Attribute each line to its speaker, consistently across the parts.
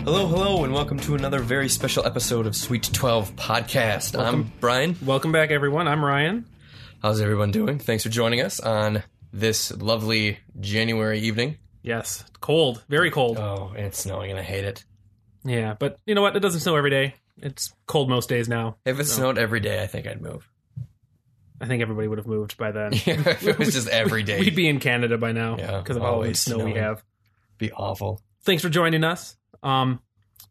Speaker 1: Hello, hello, and welcome to another very special episode of Sweet 12 Podcast. I'm Brian.
Speaker 2: Welcome back, everyone. I'm Ryan.
Speaker 1: How's everyone doing? Thanks for joining us on this lovely January evening.
Speaker 2: Yes, cold, very cold.
Speaker 1: Oh, and it's snowing, and I hate it.
Speaker 2: yeah, but you know what? It doesn't snow every day. It's cold most days now.
Speaker 1: If it snowed every day, I think I'd move.
Speaker 2: I think everybody would have moved by then.
Speaker 1: if it was just every day,
Speaker 2: We'd be in Canada by now
Speaker 1: Yeah,
Speaker 2: because of all the
Speaker 1: always
Speaker 2: snow
Speaker 1: snowing.
Speaker 2: we have.
Speaker 1: be awful.
Speaker 2: Thanks for joining us. Um,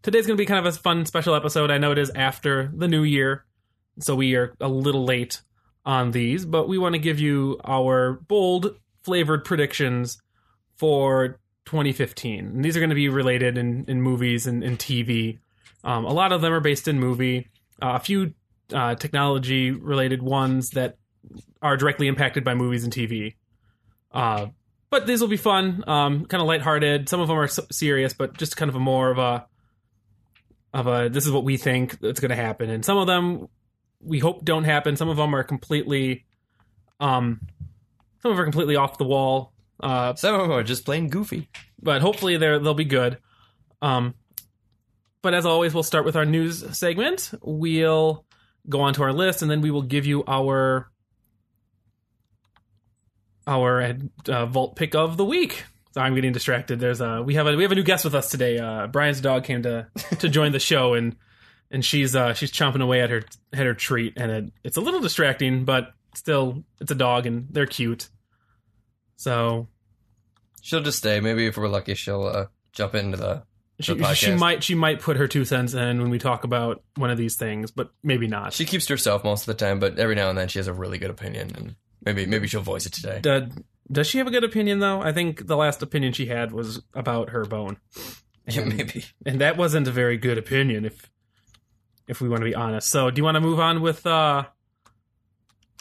Speaker 2: today's going to be kind of a fun special episode. I know it is after the new year, so we are a little late on these, but we want to give you our bold flavored predictions for 2015. And these are going to be related in, in movies and in TV. Um, a lot of them are based in movie. Uh, a few uh, technology related ones that are directly impacted by movies and TV. Uh, but these will be fun, um, kind of lighthearted. Some of them are s- serious, but just kind of a more of a of a this is what we think that's going to happen, and some of them we hope don't happen. Some of them are completely, um, some of them are completely off the wall. Uh,
Speaker 1: Some of them are just plain goofy.
Speaker 2: but hopefully they're, they'll be good. Um, but as always, we'll start with our news segment. We'll go on to our list, and then we will give you our our uh, vault pick of the week. Sorry, I'm getting distracted. There's a we have a we have a new guest with us today. Uh, Brian's dog came to to join the show, and and she's uh, she's chomping away at her at her treat, and it, it's a little distracting, but still, it's a dog, and they're cute. So
Speaker 1: She'll just stay. Maybe if we're lucky, she'll uh, jump into the. the
Speaker 2: She,
Speaker 1: podcast.
Speaker 2: she might she might put her two cents in when we talk about one of these things, but maybe not.
Speaker 1: She keeps to herself most of the time, but every now and then she has a really good opinion, and maybe maybe she'll voice it today.
Speaker 2: Uh, does she have a good opinion though? I think the last opinion she had was about her bone,
Speaker 1: Yeah, maybe.
Speaker 2: and that wasn't a very good opinion. If if we want to be honest, so do you want to move on with uh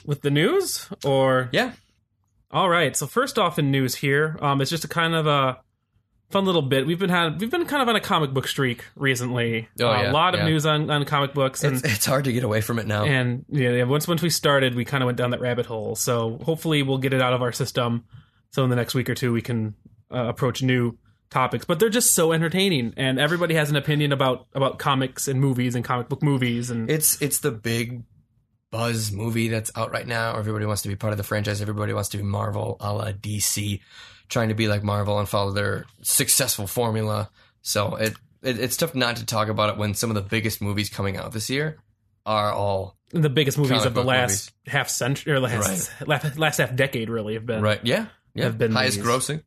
Speaker 2: with the news or
Speaker 1: Yeah.
Speaker 2: All right. So first off, in news here, um, it's just a kind of a fun little bit. We've been had we've been kind of on a comic book streak recently.
Speaker 1: Oh,
Speaker 2: Uh,
Speaker 1: yeah,
Speaker 2: a lot of
Speaker 1: yeah.
Speaker 2: news on on comic books and.
Speaker 1: It's, it's hard to get away from it now.
Speaker 2: And yeah, yeah, once once we started, we kind of went down that rabbit hole. So hopefully, we'll get it out of our system. So in the next week or two, we can uh, approach new topics. But they're just so entertaining, and everybody has an opinion about about comics and movies and comic book movies. And
Speaker 1: It's it's the big buzz movie that's out right now. Everybody wants to be part of the franchise. Everybody wants to be Marvel, a la DC, trying to be like Marvel and follow their successful formula. So it, it it's tough not to talk about it when some of the biggest movies coming out this year are all
Speaker 2: the biggest movies
Speaker 1: comic
Speaker 2: of the
Speaker 1: book
Speaker 2: last half century or last la- last half decade really have been
Speaker 1: right. Yeah, yeah.
Speaker 2: Have been
Speaker 1: Highest
Speaker 2: movies.
Speaker 1: grossing.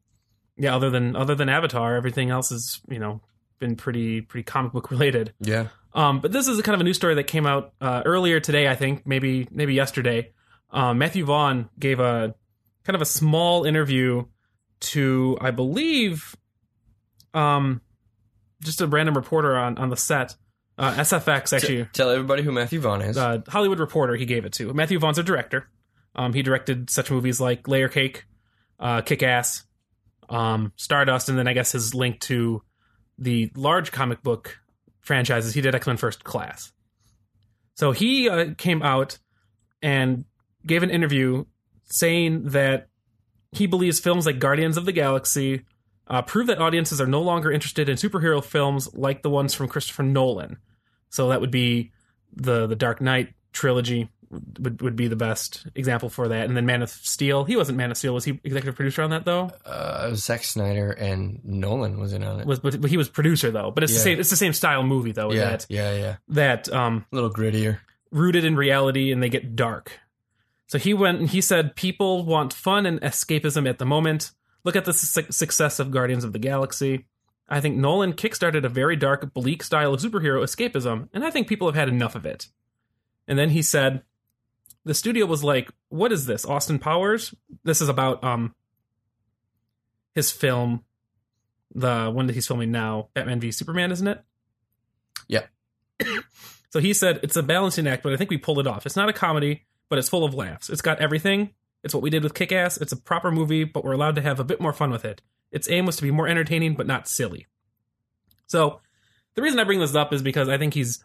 Speaker 2: Yeah, other than other than Avatar, everything else has you know been pretty pretty comic book related.
Speaker 1: Yeah,
Speaker 2: Um, but this is a kind of a news story that came out uh, earlier today, I think, maybe maybe yesterday. Um, Matthew Vaughn gave a kind of a small interview to, I believe, um, just a random reporter on, on the set, uh, SFX actually,
Speaker 1: tell everybody who Matthew Vaughn is.
Speaker 2: uh, Hollywood Reporter. He gave it to Matthew Vaughn's a director. Um, he directed such movies like Layer Cake, uh, Kick Ass, um, Stardust, and then I guess his link to the large comic book franchises. He did X Men First Class. So he uh, came out and gave an interview saying that he believes films like Guardians of the Galaxy uh, prove that audiences are no longer interested in superhero films like the ones from Christopher Nolan. So that would be the the Dark Knight trilogy would would be the best example for that. And then Man of Steel. He wasn't Man of Steel. Was he executive producer on that though?
Speaker 1: Uh, Zack Snyder and Nolan was in on it.
Speaker 2: Was but, but he was producer though. But it's the
Speaker 1: Uh, Yeah.
Speaker 2: same it's the same style movie though.
Speaker 1: yeah,
Speaker 2: That
Speaker 1: yeah, yeah.
Speaker 2: that um
Speaker 1: A little grittier.
Speaker 2: rooted in reality and they get dark. So he went and he said, People want fun and escapism at the moment. Look at the su- success of Guardians of the Galaxy. I think Nolan kickstarted a very dark, bleak style of superhero escapism, and I think people have had enough of it. And then he said, The studio was like, What is this? Austin Powers? This is about um his film, the one that he's filming now, Batman v Superman, isn't it? So he said it's a balancing act, but I think we pulled it off. It's not a comedy, but it's full of laughs. It's got everything. It's what we did with Kick Ass. It's a proper movie, but we're allowed to have a bit more fun with it. Its aim was to be more entertaining, but not silly. So the reason I bring this up is because I think he's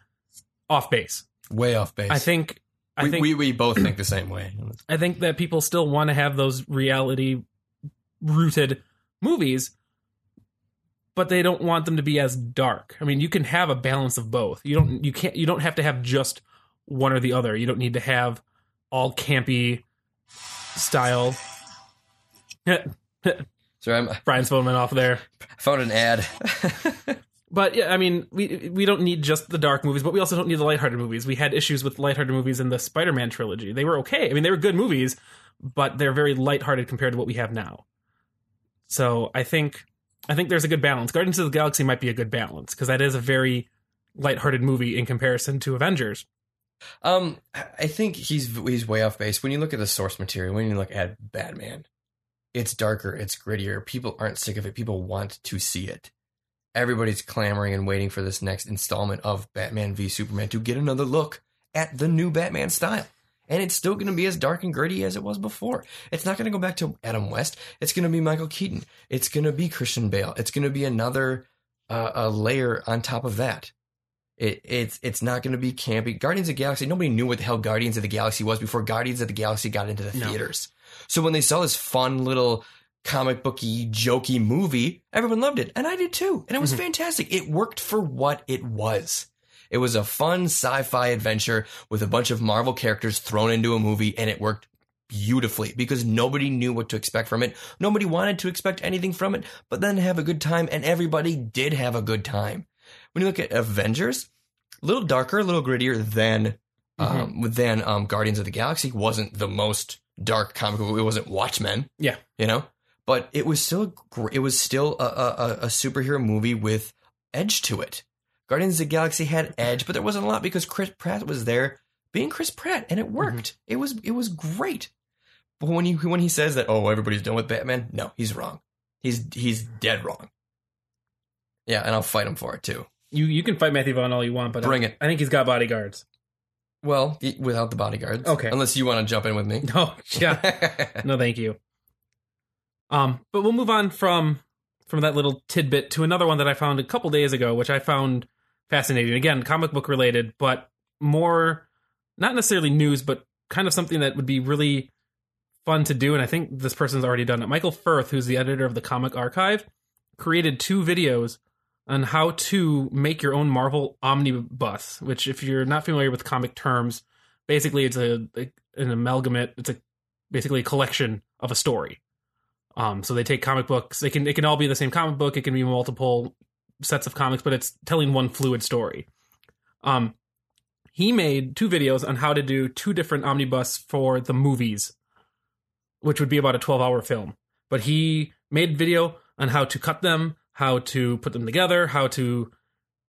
Speaker 2: off base.
Speaker 1: Way off base.
Speaker 2: I think I
Speaker 1: we,
Speaker 2: think
Speaker 1: we we both think the same way.
Speaker 2: I think that people still want to have those reality rooted movies, but they don't want them to be as dark. I mean, you can have a balance of both. You don't you can't you don't have to have just one or the other. You don't need to have all campy style.
Speaker 1: So I'm, I
Speaker 2: Brian's phone went off there.
Speaker 1: found an ad.
Speaker 2: But yeah, I mean, we we don't need just the dark movies, but we also don't need the lighthearted movies. We had issues with lighthearted movies in the Spider-Man trilogy. They were okay. I mean, they were good movies, but they're very lighthearted compared to what we have now. So I think I think there's a good balance. Guardians of the Galaxy might be a good balance because that is a very lighthearted movie in comparison to Avengers.
Speaker 1: um, I think he's he's way off base. When you look at the source material, when you look at Batman, it's darker, it's grittier. People aren't sick of it. People want to see it. Everybody's clamoring and waiting for this next installment of Batman v Superman to get another look at the new Batman style. And it's still going to be as dark and gritty as it was before. It's not going to go back to Adam West. It's going to be Michael Keaton. It's going to be Christian Bale. It's going to be another uh, a layer on top of that. It, it's it's not going to be campy. Guardians of the Galaxy. Nobody knew what the hell Guardians of the Galaxy was before Guardians of the Galaxy got into the
Speaker 2: No.
Speaker 1: theaters. So when they saw this fun little comic booky jokey movie, everyone loved it, and I did too. And it was
Speaker 2: Mhm.
Speaker 1: fantastic. It worked for what it was. It was a fun sci-fi adventure with a bunch of Marvel characters thrown into a movie, and it worked beautifully because nobody knew what to expect from it. Nobody wanted to expect anything from it, but then have a good time, and everybody did have a good time. When you look at Avengers, a little darker, a little grittier than
Speaker 2: Mm-hmm.
Speaker 1: um, than um, Guardians of the Galaxy. wasn't the most dark comic book. It wasn't Watchmen.
Speaker 2: Yeah.
Speaker 1: you know, but it was still gr- it was still a, a, a- a superhero movie with edge to it. Guardians of the Galaxy had edge, but there wasn't a lot because Chris Pratt was there being Chris Pratt, and it worked.
Speaker 2: Mm-hmm.
Speaker 1: It was it was great. But when he when he says that, oh, everybody's done with Batman, no, he's wrong. He's he's dead wrong. Yeah, and I'll fight him for it too.
Speaker 2: You you can fight Matthew Vaughn all you want, but uh,
Speaker 1: Bring it.
Speaker 2: I think he's got bodyguards.
Speaker 1: Well, y- without the bodyguards.
Speaker 2: Okay.
Speaker 1: Unless you want to jump in with me.
Speaker 2: No, yeah. no thank you um but we'll move on from from that little tidbit to another one that i found a couple days ago which i found fascinating again comic book related but more not necessarily news but kind of something that would be really fun to do and i think this person's already done it michael firth who's the editor of the comic archive created two videos on how to make your own marvel omnibus which if you're not familiar with comic terms basically it's a, a an amalgamate it's a basically a collection of a story. Um, so they take comic books. They can it can all be the same comic book. It can be multiple sets of comics, but it's telling one fluid story. Um, he made two videos on how to do two different omnibus for the movies, which would be about a twelve hour film. But he made video on how to cut them, how to put them together, how to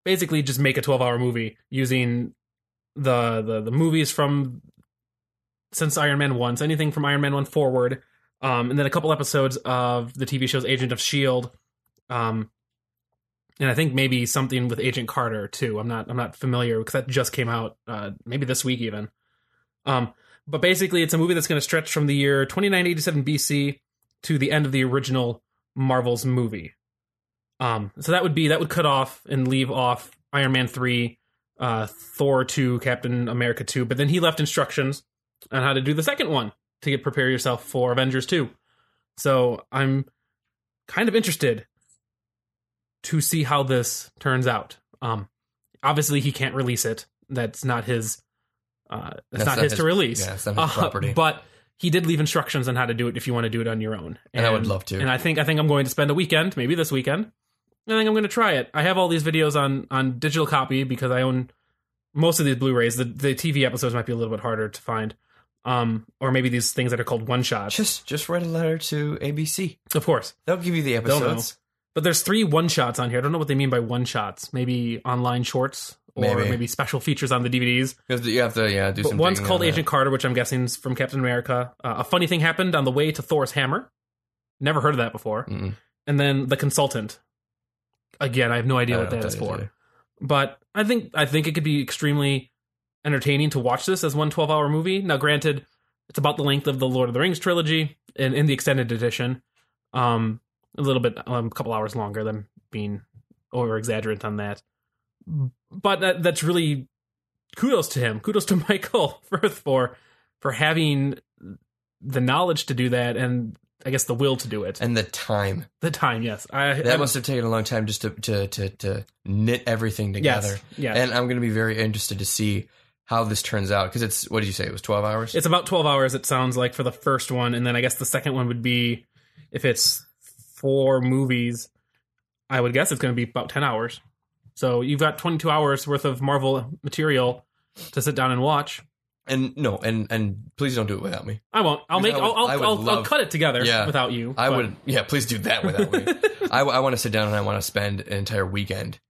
Speaker 2: basically just make a twelve hour movie using the the the movies from since Iron Man one, so anything from Iron Man one forward, um, and then a couple episodes of the TV shows Agent of Shield, E um, and I think maybe something with Agent Carter too. I'm not I'm not familiar because that just came out uh, maybe this week even. Um, but basically, it's a movie that's going to stretch from the year 2987 BC to the end of the original Marvel's movie. Um, so that would be that would cut off and leave off Iron Man three, uh, Thor two, Captain America two, but then he left instructions on how to do the second one to get prepare yourself for Avengers 2. So I'm kind of interested to see how this turns out. Um obviously he can't release it. That's not his uh that's,
Speaker 1: That's
Speaker 2: not,
Speaker 1: not
Speaker 2: his,
Speaker 1: his-
Speaker 2: to release.
Speaker 1: yeah, it's not his
Speaker 2: Uh,
Speaker 1: property.
Speaker 2: But he did leave instructions on how to do it if you want to do it on your own.
Speaker 1: And I would love to.
Speaker 2: And I think I think I'm going to spend a weekend, maybe this weekend. I think I'm going to try it. I have all these videos on on digital copy because I own most of these Blu-rays. The the TV episodes might be a little bit harder to find, um, or maybe these things that are called one shots.
Speaker 1: just just write a letter to ABC.
Speaker 2: Of course,
Speaker 1: They'll give you the
Speaker 2: know.
Speaker 1: episodes.
Speaker 2: but there's three one shots on here. I don't know what they mean by one shots. Maybe online shorts or
Speaker 1: Maybe.
Speaker 2: maybe, special features on the DVDs.
Speaker 1: You have to, you have to yeah, do
Speaker 2: But
Speaker 1: some
Speaker 2: one's
Speaker 1: digging
Speaker 2: called
Speaker 1: on that.
Speaker 2: Agent Carter, which I'm guessing is from Captain America. Uh, a funny thing happened on the way to Thor's hammer. Never heard of that before.
Speaker 1: Mm-mm.
Speaker 2: And then the consultant. Again, I have no idea
Speaker 1: I
Speaker 2: what
Speaker 1: don't
Speaker 2: that is
Speaker 1: know
Speaker 2: for. but I think I think it could be extremely entertaining to watch this as one 12 hour movie. Now, granted, it's about the length of the Lord of the Rings trilogy and in the extended edition, um, a little bit, um, a couple hours longer than being over exaggerant on that. But that, that's really kudos to him. Kudos to Michael Firth for for having the knowledge to do that and I guess the will to do it.
Speaker 1: and the time
Speaker 2: The time, yes. I
Speaker 1: that
Speaker 2: I'm-
Speaker 1: must have taken a long time just to to to, to knit everything
Speaker 2: yes,
Speaker 1: together.
Speaker 2: yes.
Speaker 1: And I'm going to be very interested to see how this turns out because it's what did you say? It was 12 hours.
Speaker 2: It's about 12 hours, it sounds like, for the first one. And then I guess the second one would be, if it's four movies, I would guess it's going to be about 10 hours. So you've got 22 hours worth of Marvel material to sit down and watch.
Speaker 1: and no, and and please don't do it without me.
Speaker 2: I won't. I'll
Speaker 1: Because
Speaker 2: make.
Speaker 1: I would-
Speaker 2: I'll, I'll,
Speaker 1: I would
Speaker 2: I'll, I'll
Speaker 1: love-
Speaker 2: cut it together
Speaker 1: Yeah.
Speaker 2: without you.
Speaker 1: I
Speaker 2: but
Speaker 1: would, yeah, please do that without me. I, I want to sit down and I want to spend an entire weekend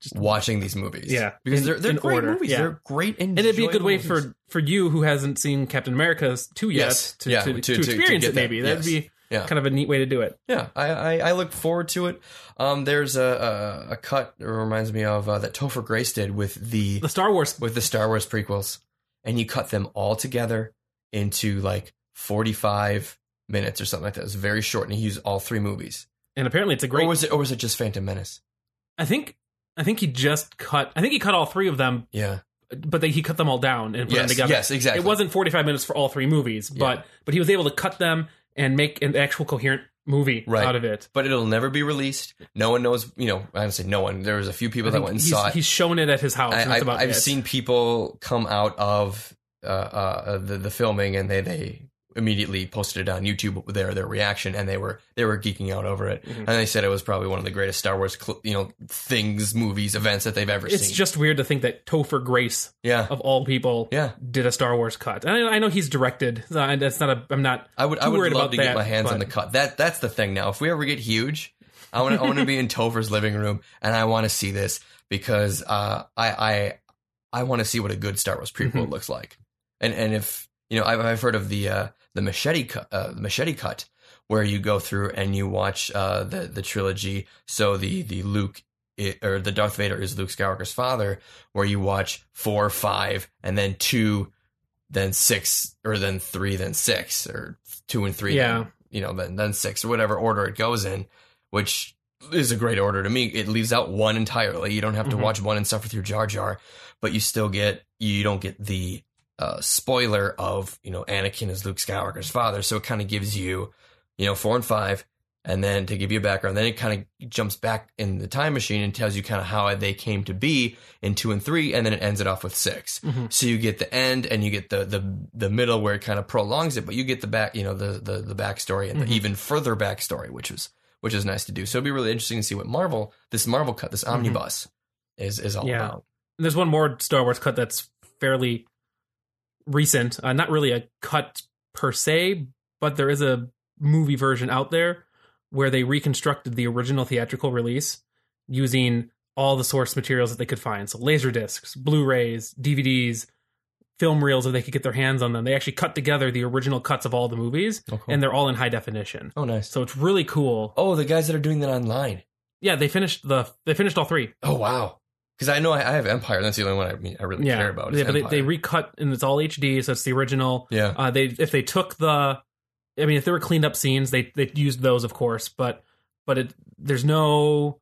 Speaker 2: Just-
Speaker 1: watching these movies.
Speaker 2: Yeah.
Speaker 1: because
Speaker 2: In-
Speaker 1: they're they're
Speaker 2: in
Speaker 1: great
Speaker 2: order.
Speaker 1: movies.
Speaker 2: Yeah.
Speaker 1: They're great,
Speaker 2: and it'd be a good way
Speaker 1: enjoyable movies.
Speaker 2: for for you who hasn't seen Captain America's two yet
Speaker 1: Yes.
Speaker 2: to,
Speaker 1: Yeah,
Speaker 2: to,
Speaker 1: to-
Speaker 2: to
Speaker 1: to- to
Speaker 2: experience
Speaker 1: get
Speaker 2: it.
Speaker 1: that.
Speaker 2: Maybe that'd
Speaker 1: Yes.
Speaker 2: be
Speaker 1: Yeah.
Speaker 2: kind of a neat way to do it.
Speaker 1: yeah. I, I I look forward to it. Um, there's a a, a cut that reminds me of uh, that Topher Grace did with the
Speaker 2: The Star Wars.
Speaker 1: with the Star Wars prequels, and you cut them all together into like 45 minutes or something like that. It was very short, and he used all three movies.
Speaker 2: And apparently, it's a great.
Speaker 1: Or was it? Or was it just Phantom Menace?
Speaker 2: I think. I think he just cut. I think he cut all three of them,
Speaker 1: Yeah.
Speaker 2: but they, he cut them all down and put them
Speaker 1: Yes.
Speaker 2: together.
Speaker 1: Yes. Exactly.
Speaker 2: It wasn't forty five minutes for all three movies,
Speaker 1: Yeah.
Speaker 2: but but he was able to cut them and make an actual coherent movie
Speaker 1: Right.
Speaker 2: out of it.
Speaker 1: But it'll never be released. No one knows. You know, honestly, no one. There was a few people
Speaker 2: I
Speaker 1: that
Speaker 2: think
Speaker 1: went and
Speaker 2: he's,
Speaker 1: saw it.
Speaker 2: he's shown it at his house. and
Speaker 1: I,
Speaker 2: Oh, that's
Speaker 1: I've,
Speaker 2: about
Speaker 1: I've
Speaker 2: it.
Speaker 1: seen people come out of uh, uh, the the filming, and they they immediately posted it on YouTube with their their reaction, and they were they were geeking out over it,
Speaker 2: Mhm.
Speaker 1: and they said it was probably one of the greatest Star Wars cl- you know things, movies, events that they've ever
Speaker 2: It's
Speaker 1: seen.
Speaker 2: just weird to think that Topher Grace
Speaker 1: yeah,
Speaker 2: of all people
Speaker 1: yeah.
Speaker 2: did a Star Wars cut. And I, I know he's directed. so I- That's not a. I'm not.
Speaker 1: I would I
Speaker 2: Too
Speaker 1: would
Speaker 2: worried
Speaker 1: love
Speaker 2: about
Speaker 1: to
Speaker 2: that,
Speaker 1: get my hands on the
Speaker 2: but-
Speaker 1: cut. That that's the thing now. If we ever get huge, I want to I want to be in Topher's living room, and I want to see this because uh, I I I want to see what a good Star Wars prequel
Speaker 2: Mhm.
Speaker 1: looks like. And and if you know, I've, I've heard of the uh, the machete cut, uh, machete cut, where you go through and you watch uh, the the trilogy. So the the Luke. i or the Darth Vader is Luke Skywalker's father, where you watch four, five, and then two, then six, or then three, then six, or two and three,
Speaker 2: Yeah.
Speaker 1: then, you know, then then six, or whatever order it goes in, which is a great order to me. It leaves out one entirely. You don't have to
Speaker 2: Mhm.
Speaker 1: watch one and suffer through Jar Jar, but you still get you don't get the uh, spoiler of you know Anakin is Luke Skywalker's father. So it kind of gives you you know four and five, and then to give you a background, then it kind of jumps back in the time machine and tells you kind of how they came to be in two and three, and then it ends it off with six.
Speaker 2: Mhm.
Speaker 1: So you get the end and you get the the the middle where it kind of prolongs it, but you get the back you know the the the backstory and
Speaker 2: Mhm.
Speaker 1: the even further backstory, which was which is nice to do. So it'd be really interesting to see what Marvel this Marvel cut this omnibus is is all
Speaker 2: Mm-hmm. Yeah.
Speaker 1: about.
Speaker 2: And there's one more Star Wars cut that's fairly recent. Uh, not really a cut per se, but there is a movie version out there where they reconstructed the original theatrical release using all the source materials that they could find. So laser discs, Blu-rays, DVDs, film reels if they could get their hands on them. They actually cut together the original cuts of all the movies
Speaker 1: Oh, cool.
Speaker 2: and they're all in high definition.
Speaker 1: oh nice.
Speaker 2: So it's really cool.
Speaker 1: Oh, the guys that are doing that online.
Speaker 2: Yeah, they finished the they finished all three.
Speaker 1: Oh wow. Because I know I, I have Empire. That's the only one I mean I really
Speaker 2: yeah,
Speaker 1: care about. Is
Speaker 2: Yeah, but they,
Speaker 1: Empire.
Speaker 2: they recut and it's all HD, so it's the original.
Speaker 1: yeah.
Speaker 2: Uh, they if they took the, I mean, if there were cleaned up scenes, they they used those, of course. But but it there's no,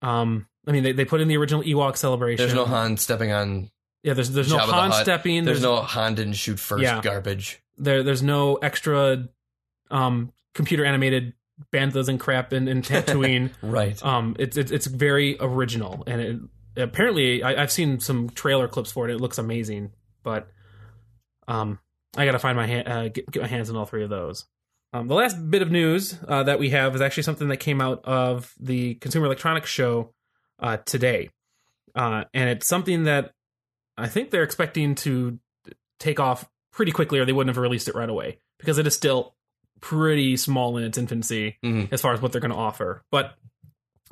Speaker 2: um, I mean, they, they put in the original Ewok celebration.
Speaker 1: There's no Han stepping on.
Speaker 2: Yeah, there's there's no
Speaker 1: Jabba the
Speaker 2: Han
Speaker 1: Hutt.
Speaker 2: stepping.
Speaker 1: There's no Han didn't shoot first.
Speaker 2: Yeah.
Speaker 1: Garbage.
Speaker 2: there there's no extra, um, computer animated bandas and crap and, and Tatooine.
Speaker 1: Right.
Speaker 2: Um, it's it's it's very original, and it, apparently I, I've seen some trailer clips for it. It looks amazing, but um, I gotta find my hand, uh, get, get my hands on all three of those. Um, the last bit of news uh, that we have is actually something that came out of the Consumer Electronics Show uh, today, uh, and it's something that I think they're expecting to take off pretty quickly, or they wouldn't have released it right away because it is still pretty small in its infancy
Speaker 1: Mhm.
Speaker 2: as far as what they're going to offer. But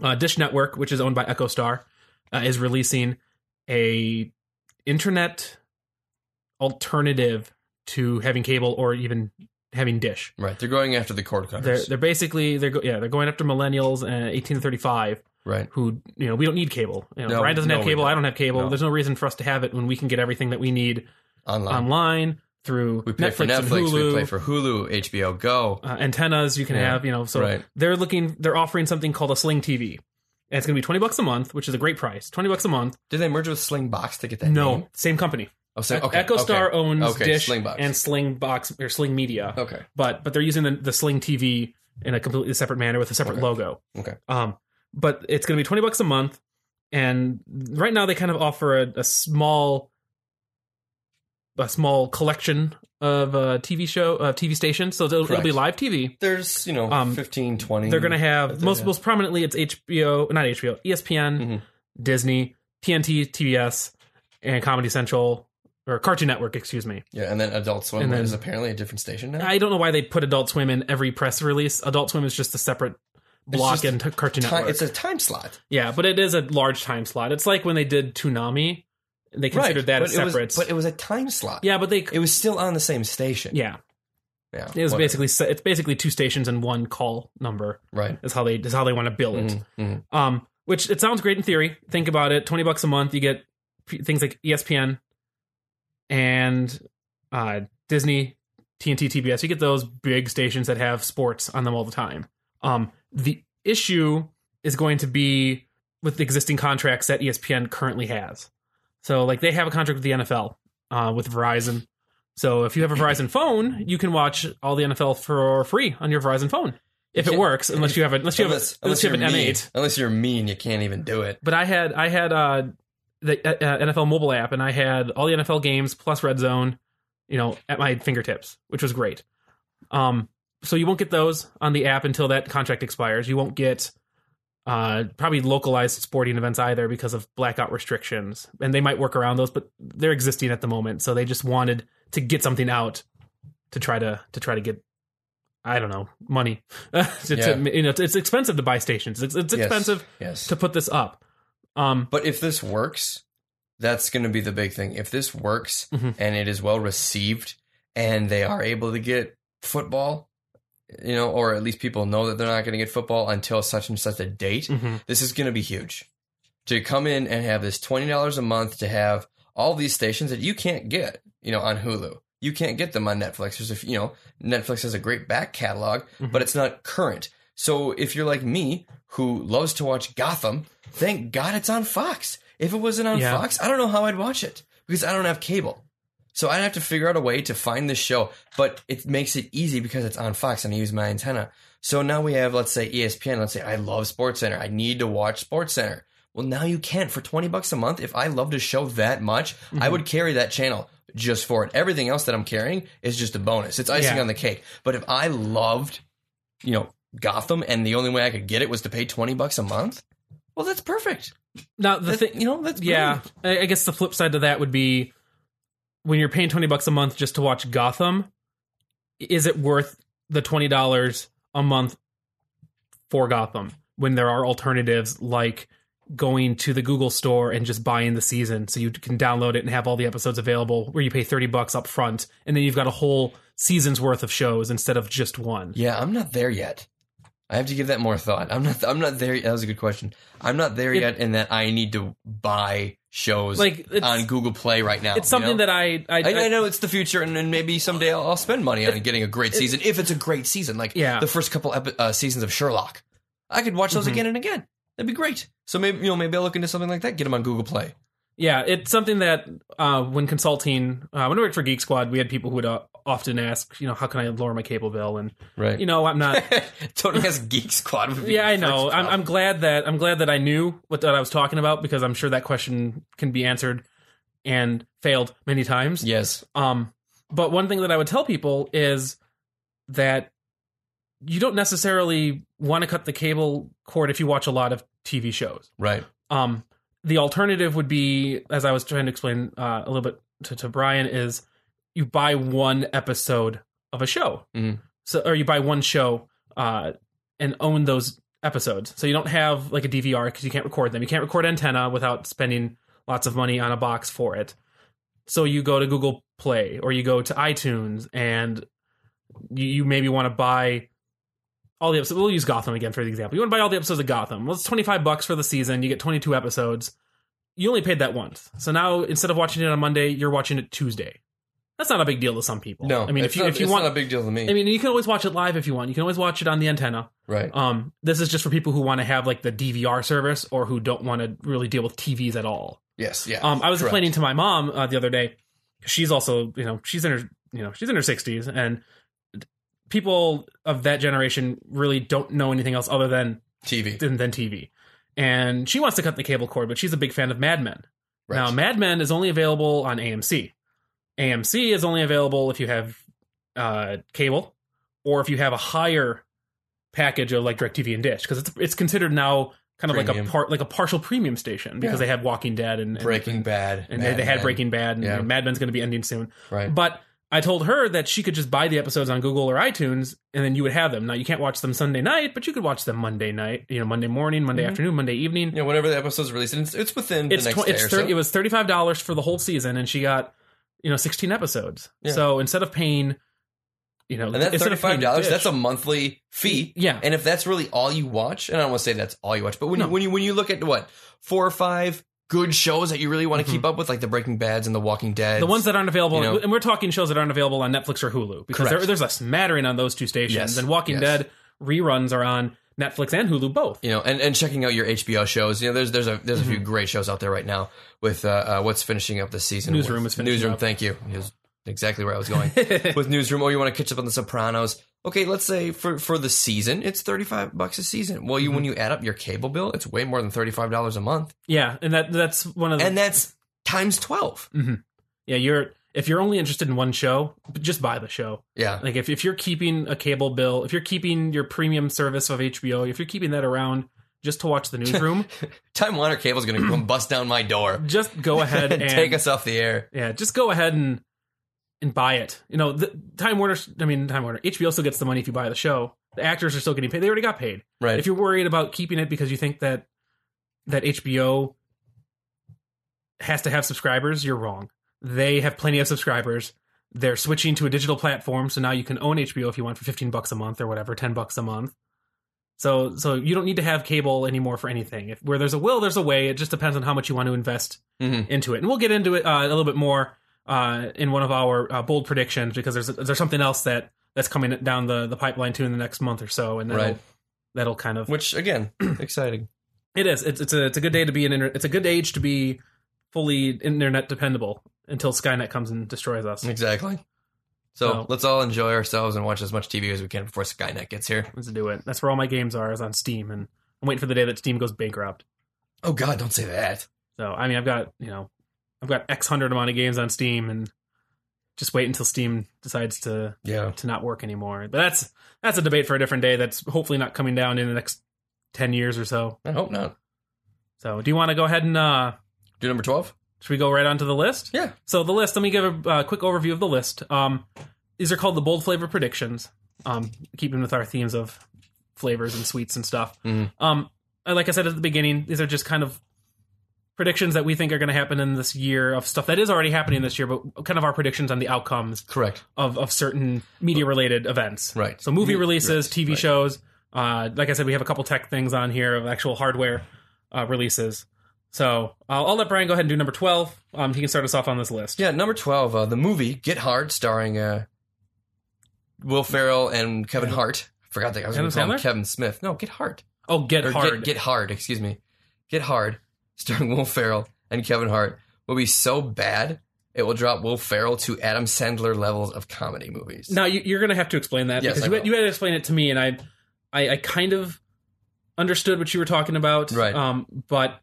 Speaker 2: uh, Dish Network, which is owned by EchoStar, uh, is releasing a internet alternative to having cable or even having Dish.
Speaker 1: Right. They're going after the cord cutters.
Speaker 2: They're they're basically they're go- yeah they're going after millennials and eighteen to thirty five
Speaker 1: right.
Speaker 2: who you know we don't need cable. You know,
Speaker 1: No,
Speaker 2: Brian doesn't
Speaker 1: no,
Speaker 2: have
Speaker 1: we
Speaker 2: cable. I
Speaker 1: don't.
Speaker 2: don't have cable.
Speaker 1: No.
Speaker 2: There's no reason for us to have it when we can get everything that we need
Speaker 1: Online.
Speaker 2: online through
Speaker 1: we pay
Speaker 2: Netflix,
Speaker 1: for
Speaker 2: and
Speaker 1: Netflix.
Speaker 2: Hulu.
Speaker 1: We play for Hulu, HBO Go.
Speaker 2: uh, antennas you can
Speaker 1: Yeah.
Speaker 2: have. You know, so
Speaker 1: Right.
Speaker 2: they're looking they're offering something called a Sling TV. And it's going to be 20 bucks a month, which is a great price. 20 bucks a month.
Speaker 1: Did they merge with Sling Box to get that?
Speaker 2: no,
Speaker 1: name?
Speaker 2: same company. E-
Speaker 1: Oh, so, okay,
Speaker 2: Echo Star
Speaker 1: okay.
Speaker 2: owns
Speaker 1: Okay,
Speaker 2: Dish
Speaker 1: Slingbox.
Speaker 2: and Slingbox or Sling Media,
Speaker 1: Okay.
Speaker 2: but but they're using the, the Sling TV in a completely separate manner with a separate
Speaker 1: Okay.
Speaker 2: logo.
Speaker 1: Okay.
Speaker 2: Um, but it's going to be twenty bucks a month, and right now they kind of offer a, a small a small collection of uh, TV show uh, TV stations. So it'll, it'll be
Speaker 1: Correct.
Speaker 2: live TV.
Speaker 1: There's, you know,
Speaker 2: Um,
Speaker 1: fifteen, 15, 20.
Speaker 2: They're going to have
Speaker 1: That's it,
Speaker 2: most
Speaker 1: yeah.
Speaker 2: most prominently it's HBO, not HBO, ESPN,
Speaker 1: Mhm.
Speaker 2: Disney, TNT, TBS, and Comedy Central or Cartoon Network. Excuse me.
Speaker 1: Yeah, and then Adult Swim
Speaker 2: And then-
Speaker 1: is apparently a different station now.
Speaker 2: I don't know why they put Adult Swim in every press release. Adult Swim is just a separate block
Speaker 1: just
Speaker 2: in t- Cartoon
Speaker 1: Ti-
Speaker 2: Network.
Speaker 1: it's a time slot.
Speaker 2: yeah, but it is a large time slot. It's like when they did Toonami, they considered that
Speaker 1: but
Speaker 2: as
Speaker 1: it was-
Speaker 2: separate.
Speaker 1: but it was a time slot.
Speaker 2: yeah, but they
Speaker 1: It was still on the same station.
Speaker 2: yeah,
Speaker 1: Yeah.
Speaker 2: it was
Speaker 1: whatever.
Speaker 2: basically se- it's basically two stations and one call number
Speaker 1: Right.
Speaker 2: is how they is how they want to bill it.
Speaker 1: Mhm, mhm.
Speaker 2: Um, which it sounds great in theory. Think about it: twenty bucks a month, you get p- things like ESPN and uh, Disney, TNT, TBS. You get those big stations that have sports on them all the time. Um, the issue is going to be with the existing contracts that E ESPN currently has. So, like, they have a contract with the NFL, uh, with Verizon. So, if you have a Verizon phone, you can watch all the NFL for free on your Verizon phone if it
Speaker 1: Yeah.
Speaker 2: works. Unless you have a, unless you have a,
Speaker 1: Unless,
Speaker 2: unless, you have an
Speaker 1: you're
Speaker 2: M
Speaker 1: mean.
Speaker 2: eight.
Speaker 1: Unless you're mean, you can't even do it.
Speaker 2: But I had I had uh, the uh, NFL mobile app, and I had all the NFL games plus Red Zone, you know, at my fingertips, which was great. Um, so you won't get those on the app until that contract expires. You won't get uh, probably localized sporting events either because of blackout restrictions, and they might work around those, but they're existing at the moment. So they just wanted to get something out to try to to try to get. I don't know money. to, to-
Speaker 1: Yeah.
Speaker 2: you know, it's, it's expensive to buy stations. It's, it's
Speaker 1: Yes.
Speaker 2: expensive
Speaker 1: Yes.
Speaker 2: to put this up. Um,
Speaker 1: But if this works, that's going to be the big thing. If this works
Speaker 2: Mhm.
Speaker 1: and it is well received and they are able to get football, you know, or at least people know that they're not going to get football until such and such a date,
Speaker 2: mhm.
Speaker 1: this is going to be huge. To come in and have this $20 a month to have all these stations that you can't get, you know, on Hulu. You can't get them on Netflix. There's if you know, Netflix has a great back catalog,
Speaker 2: Mhm.
Speaker 1: but it's not current. So if you're like me, who loves to watch Gotham, thank God it's on Fox. If it wasn't on
Speaker 2: Yeah.
Speaker 1: Fox, I don't know how I'd watch it because I don't have cable. So I'd have to figure out a way to find this show, but it makes it easy because it's on Fox and I use my antenna. So now we have, let's say E ESPN. Let's say I love Sports Center. I need to watch Sports Center. Well, now you can't for twenty bucks a month. If I loved a show that much, I
Speaker 2: Mm-hmm.
Speaker 1: would carry that channel just for it. Everything else that I'm carrying is just a bonus. It's icing
Speaker 2: Yeah.
Speaker 1: on the cake. But if I loved, you know, Gotham, and the only way I could get it was to pay twenty bucks a month. Well, that's perfect.
Speaker 2: now the
Speaker 1: That-
Speaker 2: thing,
Speaker 1: you know, that's
Speaker 2: yeah,
Speaker 1: brilliant.
Speaker 2: I I guess the flip side to that would be when you're paying twenty bucks a month just to watch Gotham, is it worth the twenty dollars a month for Gotham when there are alternatives like going to the Google store and just buying the season so you can download it and have all the episodes available where you pay 30 bucks up front and then you've got a whole season's worth of shows instead of just one.
Speaker 1: Yeah, I'm not there yet. I have to give that more thought. I'm not. I'm not there. That was a good question. I'm not there
Speaker 2: It-
Speaker 1: yet, in that I need to buy shows
Speaker 2: Like it's,
Speaker 1: on Google Play right now.
Speaker 2: it's something that I I,
Speaker 1: I, I know it's the future, and, and maybe someday I'll, I'll spend money on getting a great season if it's a great season, like
Speaker 2: Yeah.
Speaker 1: the first couple epi- uh, seasons of Sherlock. I could watch those
Speaker 2: Mhm.
Speaker 1: again and again. That'd be great. So maybe you know maybe I'll look into something like that. Get them on Google Play.
Speaker 2: Yeah, it's something that uh, when consulting, uh, when I worked for Geek Squad, we had people who would uh, often ask, you know, how can I lower my cable bill? And
Speaker 1: Right.
Speaker 2: you know, I'm not.
Speaker 1: Tony has Geek Squad. Would be
Speaker 2: yeah,
Speaker 1: the
Speaker 2: I
Speaker 1: first
Speaker 2: know. I'm,
Speaker 1: job.
Speaker 2: I'm glad that I'm glad that I knew what that I was talking about because I'm sure that question can be answered and failed many times.
Speaker 1: yes.
Speaker 2: Um, but one thing that I would tell people is that you don't necessarily want to cut the cable cord if you watch a lot of TV shows.
Speaker 1: Right.
Speaker 2: Um, the alternative would be, as I was trying to explain uh, a little bit to, to Brian, is you buy one episode of a show,
Speaker 1: Mhm.
Speaker 2: so or you buy one show uh, and own those episodes. So you don't have like a DVR because you can't record them. You can't record Antenna without spending lots of money on a box for it. So you go to Google Play or you go to iTunes and you, you maybe want to buy all the episodes. We'll use Gotham again for the example. You want to buy all the episodes of Gotham. Well, it's 25 bucks for the season. You get 22 episodes. You only paid that once. So now instead of watching it on Monday, you're watching it Tuesday. That's not a big deal to some people.
Speaker 1: No.
Speaker 2: I mean, if
Speaker 1: it's
Speaker 2: you,
Speaker 1: not-
Speaker 2: if you
Speaker 1: it's
Speaker 2: want,
Speaker 1: not a big deal to me.
Speaker 2: I mean, you can always watch it live if you want. You can always watch it on the antenna.
Speaker 1: right.
Speaker 2: Um, this is just for people who want to have like the DVR service or who don't want to really deal with TVs at all.
Speaker 1: yes. Yeah.
Speaker 2: Um, I was
Speaker 1: Correct.
Speaker 2: complaining to my mom uh, the other day she's also you know she's in her you know she's in her 60s and people of that generation really don't know anything else other than
Speaker 1: TV.
Speaker 2: than, than tv and she wants to cut the cable cord but she's a big fan of mad men
Speaker 1: Right.
Speaker 2: now mad men is only available on amc amc is only available if you have uh, cable or if you have a higher package of like directv and dish because it's, it's considered now kind of like
Speaker 1: Premium.
Speaker 2: a part like a partial premium station because
Speaker 1: Yeah.
Speaker 2: they had walking dead and, and
Speaker 1: Breaking Bad.
Speaker 2: and they,
Speaker 1: Mad
Speaker 2: they had
Speaker 1: Men.
Speaker 2: Breaking Bad, and
Speaker 1: Yeah.
Speaker 2: you know, Mad Men's going to be ending soon.
Speaker 1: Right.
Speaker 2: But I told her that she could just buy the episodes on Google or iTunes, and then you would have them. Now you can't watch them Sunday night, but you could watch them Monday night, you know, Monday morning, Monday
Speaker 1: Mhm.
Speaker 2: afternoon, Monday evening.
Speaker 1: You know, whenever the episode's released, and it's, it's within
Speaker 2: It's
Speaker 1: the next
Speaker 2: tw-
Speaker 1: day
Speaker 2: it's
Speaker 1: or
Speaker 2: thir-
Speaker 1: so.
Speaker 2: it was thirty five dollars for the whole season, and she got you know sixteen episodes.
Speaker 1: Yeah.
Speaker 2: So instead of paying, you know,
Speaker 1: and that
Speaker 2: instead of paying
Speaker 1: thirty-five dollars,
Speaker 2: Dish-
Speaker 1: that's a monthly fee.
Speaker 2: yeah.
Speaker 1: And if that's really all you watch, and I don't want to say that's all you watch, but when
Speaker 2: No.
Speaker 1: you when you when you look at what four or five good shows that you really want to
Speaker 2: Mhm.
Speaker 1: keep up with, like the Breaking Bad's and the Walking Dead,
Speaker 2: The ones that aren't available,
Speaker 1: you know-
Speaker 2: and we're talking shows that aren't available on Netflix or Hulu because
Speaker 1: Correct.
Speaker 2: there, there's a smattering on those two stations.
Speaker 1: Yes.
Speaker 2: And Walking
Speaker 1: Yes.
Speaker 2: Dead reruns are on Netflix and Hulu both.
Speaker 1: you know, and, and checking out your HBO shows. You know, there's there's a there's
Speaker 2: Mm-hmm.
Speaker 1: a few great shows out there right now with uh, uh, what's finishing up this season.
Speaker 2: Newsroom
Speaker 1: with-
Speaker 2: is finishing
Speaker 1: Newsroom.
Speaker 2: up.
Speaker 1: Thank you. It was exactly where I was going with Newsroom. Or you want to catch up on The Sopranos? Okay, let's say for for the season, it's thirty five bucks a season. Well, you when
Speaker 2: Mm-hmm.
Speaker 1: you add up your cable bill, it's way more than thirty five dollars a month,
Speaker 2: Yeah, and that that's one of the
Speaker 1: and that's times twelve.
Speaker 2: yeah. You're if you're only interested in one show, just buy the show.
Speaker 1: Yeah,
Speaker 2: Like if if you're keeping a cable bill, if you're keeping your premium service of HBO, if you're keeping that around just to watch the newsroom,
Speaker 1: Time Warner Cable's going to come bust down my door,
Speaker 2: just go ahead and
Speaker 1: take us off the air.
Speaker 2: yeah, just go ahead and and buy it. You know, the, Time Warner. I mean, Time Warner. HBO still gets the money if you buy the show. The actors are still getting paid. They already got paid.
Speaker 1: Right.
Speaker 2: If you're worried about keeping it because you think that that HBO has to have subscribers, you're wrong. They have plenty of subscribers. They're switching to a digital platform, so now you can own HBO if you want for 15 bucks a month or whatever, 10 bucks a month. So so you don't need to have cable anymore for anything. If where there's a will, there's a way. It just depends on how much you want to invest
Speaker 1: Mhm.
Speaker 2: into it. And we'll get into it uh, a little bit more uh, in one of our uh, bold predictions because there's there's something else that that's coming down the, the pipeline too in the next month or so, and that'll,
Speaker 1: Right.
Speaker 2: that'll kind of
Speaker 1: Which again, exciting.
Speaker 2: it is. It's it's a it's a good day to be an inter- it's a good age to be fully internet dependable until Skynet comes and destroys us.
Speaker 1: Exactly. So
Speaker 2: So-
Speaker 1: let's all enjoy ourselves and watch as much TV as we can before Skynet gets here.
Speaker 2: Let's do it. That's where all my games are is on Steam, and I'm waiting for the day that Steam goes bankrupt.
Speaker 1: Oh God, don't say that.
Speaker 2: So I mean, I've got you know, I've got X hundred amount of games on Steam, and just wait until Steam decides to
Speaker 1: Yeah.
Speaker 2: to not work anymore. But that's that's a debate for a different day. That's hopefully not coming down in the next ten years or so.
Speaker 1: I hope not.
Speaker 2: So do you want to go ahead and uh,
Speaker 1: Do number twelve?
Speaker 2: Should we go right onto the list?
Speaker 1: Yeah.
Speaker 2: So the list. Let me give a uh, quick overview of the list. Um, these are called the bold flavor predictions. Um, keeping with our themes of flavors and sweets and stuff.
Speaker 1: Mhm.
Speaker 2: Um, and like I said at the beginning, these are just kind of predictions that we think are going to happen in this year of stuff that is already happening this year, but kind of our predictions on the outcomes
Speaker 1: Correct.
Speaker 2: of of certain media related events.
Speaker 1: Right.
Speaker 2: So movie
Speaker 1: Yeah,
Speaker 2: releases,
Speaker 1: right,
Speaker 2: TV
Speaker 1: right.
Speaker 2: shows. Uh, like I said, we have a couple tech things on here of actual hardware uh, releases. So I'll, I'll let Brian go ahead and do number twelve. Um, he can start us off on this list.
Speaker 1: Yeah, number twelve, uh, the movie Get Hard, starring uh, Will Ferrell and Kevin
Speaker 2: Adam-
Speaker 1: Hart. Forgot that I was
Speaker 2: Adam
Speaker 1: going to call him
Speaker 2: Sandler?
Speaker 1: Kevin Smith. No, Get Hard.
Speaker 2: Oh, get
Speaker 1: Or
Speaker 2: hard.
Speaker 1: Get, Get Hard. Excuse me. Get Hard, starring Will Ferrell and Kevin Hart, will be so bad it will drop Will Ferrell to Adam Sandler levels of comedy movies.
Speaker 2: now you, you're going to have to explain that
Speaker 1: Yes,
Speaker 2: because
Speaker 1: I
Speaker 2: you had,
Speaker 1: will.
Speaker 2: you had to explain it to me, and I, I, I kind of understood what you were talking about.
Speaker 1: Right.
Speaker 2: Um, but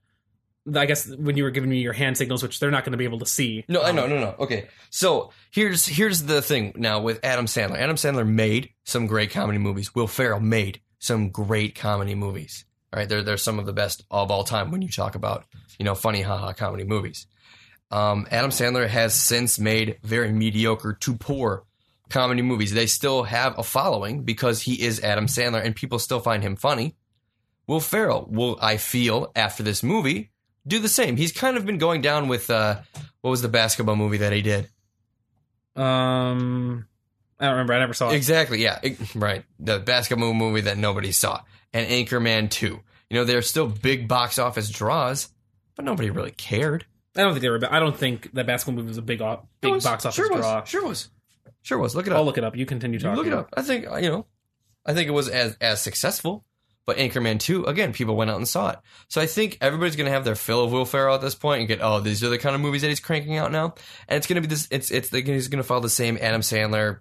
Speaker 2: I guess when you were giving me your hand signals, which they're not going to be able to see.
Speaker 1: No, I
Speaker 2: um,
Speaker 1: know, no, no. Okay, so here's here's the thing. Now with Adam Sandler, Adam Sandler made some great comedy movies. Will Ferrell made some great comedy movies. All right, they're they're some of the best of all time when you talk about you know funny haha comedy movies. Um, Adam Sandler has since made very mediocre to poor comedy movies. They still have a following because he is Adam Sandler, and people still find him funny. Will Ferrell will I feel after this movie do the same? He's kind of been going down with uh, what was the basketball movie that he did?
Speaker 2: Um, I don't remember. I never saw it.
Speaker 1: Exactly, yeah, It- right. The basketball movie that nobody saw, and Anchorman Two. You know, they're still big box office draws, but nobody really cared.
Speaker 2: I don't think they were. I don't think that basketball movie was a big, o-
Speaker 1: It
Speaker 2: big
Speaker 1: was-
Speaker 2: box office
Speaker 1: sure
Speaker 2: draw.
Speaker 1: Was, sure was, sure was. Look it
Speaker 2: I'll
Speaker 1: up.
Speaker 2: look it up. You continue
Speaker 1: You
Speaker 2: talking.
Speaker 1: look it up. I think uh, you know. I think it was as as successful, But Anchorman 2, again, people went out and saw it. So I think everybody's going to have their fill of Will Ferrell at this point and get, oh, these are the kind of movies that he's cranking out now. And it's going to be this, it's, it's, he's going to follow the same Adam Sandler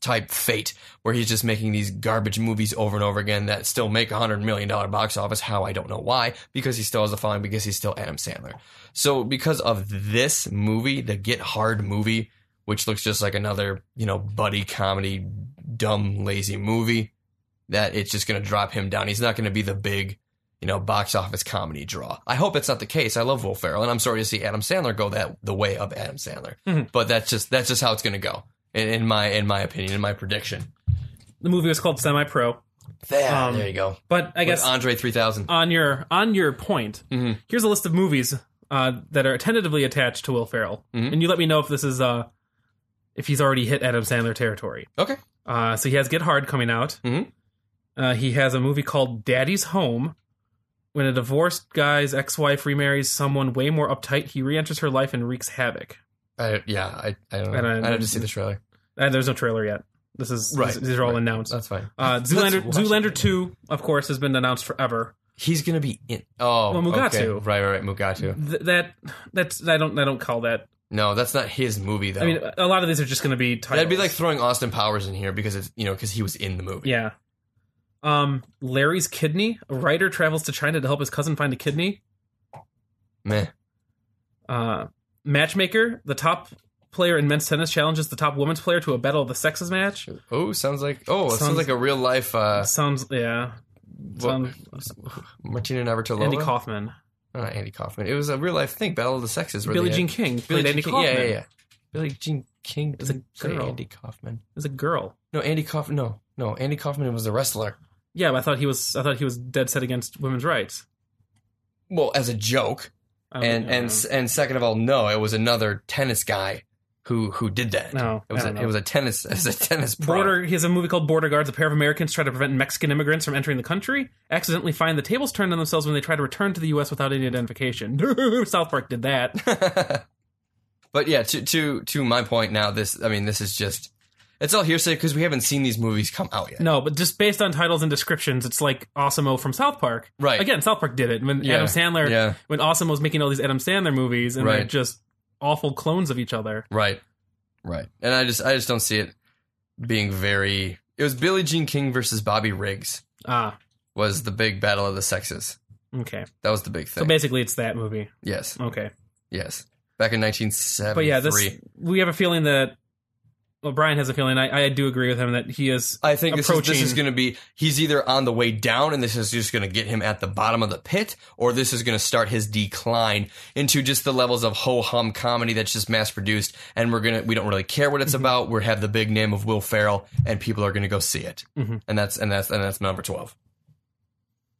Speaker 1: type fate where he's just making these garbage movies over and over again that still make a hundred million dollar box office. How I don't know why, because he still has a following, because he's still Adam Sandler. So because of this movie, the Get Hard movie, which looks just like another you know buddy comedy, dumb lazy movie, that it's just going to drop him down. He's not going to be the big. You know, box office comedy draw. I hope it's not the case. I love Will Ferrell, and I'm sorry to see Adam Sandler go that the way of Adam Sandler.
Speaker 2: Mhm.
Speaker 1: But that's just that's just how it's going to go in, in my in my opinion, in my prediction.
Speaker 2: The movie was called Semi Pro,
Speaker 1: There,
Speaker 2: Um,
Speaker 1: there you go.
Speaker 2: but I
Speaker 1: With
Speaker 2: guess
Speaker 1: Andre three thousand.
Speaker 2: on your on your point,
Speaker 1: Mhm.
Speaker 2: here's a list of movies uh, that are tentatively attached to Will Ferrell,
Speaker 1: Mhm.
Speaker 2: and you let me know if this is uh, if he's already hit Adam Sandler territory.
Speaker 1: Okay.
Speaker 2: Uh, so he has Get Hard coming out.
Speaker 1: Mhm.
Speaker 2: Uh, he has a movie called Daddy's Home. When a divorced guy's ex-wife remarries someone way more uptight, he re-enters her life and wreaks havoc.
Speaker 1: I, yeah, I, I don't know.
Speaker 2: And I-
Speaker 1: I, I just see the trailer.
Speaker 2: Uh, there's no trailer yet. This is
Speaker 1: Right.
Speaker 2: these, these are all
Speaker 1: Right.
Speaker 2: announced.
Speaker 1: That's fine.
Speaker 2: Uh,
Speaker 1: Let's
Speaker 2: Zoolander,
Speaker 1: watch
Speaker 2: Zoolander
Speaker 1: it.
Speaker 2: two, of course, has been announced forever.
Speaker 1: He's gonna be in. Oh,
Speaker 2: Well, Mugatu.
Speaker 1: okay. Right, right, right. Mugatu.
Speaker 2: Th- that that's I don't I don't call that.
Speaker 1: No, that's not his movie though.
Speaker 2: I mean, a lot of these are just going to be titles.
Speaker 1: That'd be like throwing Austin Powers in here because it's you know because he was in the movie.
Speaker 2: yeah. Um, Larry's kidney. A writer travels to China to help his cousin find a kidney.
Speaker 1: Meh.
Speaker 2: Uh, matchmaker. The top player in men's tennis challenges the top women's player to a battle of the sexes match.
Speaker 1: Oh, sounds like oh, it sounds,
Speaker 2: Sounds-
Speaker 1: like a real life. Uh,
Speaker 2: Sounds yeah.
Speaker 1: well,
Speaker 2: Sounds
Speaker 1: Martina Navratilova.
Speaker 2: Andy Kaufman.
Speaker 1: Uh, Andy Kaufman. It was a real life thing. Battle of the Sexes. where
Speaker 2: Billie
Speaker 1: they-
Speaker 2: Jean King.
Speaker 1: Billie
Speaker 2: played
Speaker 1: Jean
Speaker 2: Andy
Speaker 1: King.
Speaker 2: Kaufman.
Speaker 1: Yeah, yeah, yeah. Billie Jean King.
Speaker 2: It's a
Speaker 1: didn't say
Speaker 2: girl.
Speaker 1: Andy Kaufman.
Speaker 2: It was a girl.
Speaker 1: No, Andy Kaufman. No, no, Andy Kaufman was a wrestler.
Speaker 2: Yeah, but I thought he was. I thought he was dead set against women's rights.
Speaker 1: Well, as a joke,
Speaker 2: I don't-
Speaker 1: and
Speaker 2: I don't
Speaker 1: and s- and second of all, no, it was another tennis guy who who did that.
Speaker 2: know. no,
Speaker 1: it was
Speaker 2: I
Speaker 1: a,
Speaker 2: don't know.
Speaker 1: it was a tennis it was a tennis pro.
Speaker 2: Border. He has a movie called Border Guards. A pair of Americans try to prevent Mexican immigrants from entering the country. Accidentally find the tables turned on themselves when they try to return to the U.S. without any identification. South Park did that.
Speaker 1: but yeah, to to to my point now, this I mean, this is just it's all hearsay because we haven't seen these movies come out yet.
Speaker 2: No, but just based on titles and descriptions, it's like Awesomeo from South Park.
Speaker 1: Right?
Speaker 2: Again, South Park did it when
Speaker 1: Yeah.
Speaker 2: Adam Sandler,
Speaker 1: Yeah.
Speaker 2: when Awesome was making all these Adam Sandler movies, and they're
Speaker 1: Right.
Speaker 2: just awful clones of each other.
Speaker 1: Right. Right. And I just I just don't see it being very. It was Billie Jean King versus Bobby Riggs
Speaker 2: Ah,
Speaker 1: was the big battle of the sexes.
Speaker 2: okay.
Speaker 1: That was the big
Speaker 2: So
Speaker 1: thing.
Speaker 2: basically, it's that movie.
Speaker 1: yes.
Speaker 2: Okay.
Speaker 1: Yes. Back in 1973.
Speaker 2: but yeah, this we have a feeling that. Well, Brian has a feeling. I, I do agree with him that he is.
Speaker 1: I think this is, this
Speaker 2: approaching-
Speaker 1: is going to be, he's either on the way down and this is just going to get him at the bottom of the pit, or this is going to start his decline into just the levels of ho hum comedy that's just mass produced. And we're going to, we don't really care what it's
Speaker 2: Mm-hmm.
Speaker 1: about. We have the big name of Will Ferrell and people are going to go see it.
Speaker 2: Mhm.
Speaker 1: And that's, and that's, and that's number 12.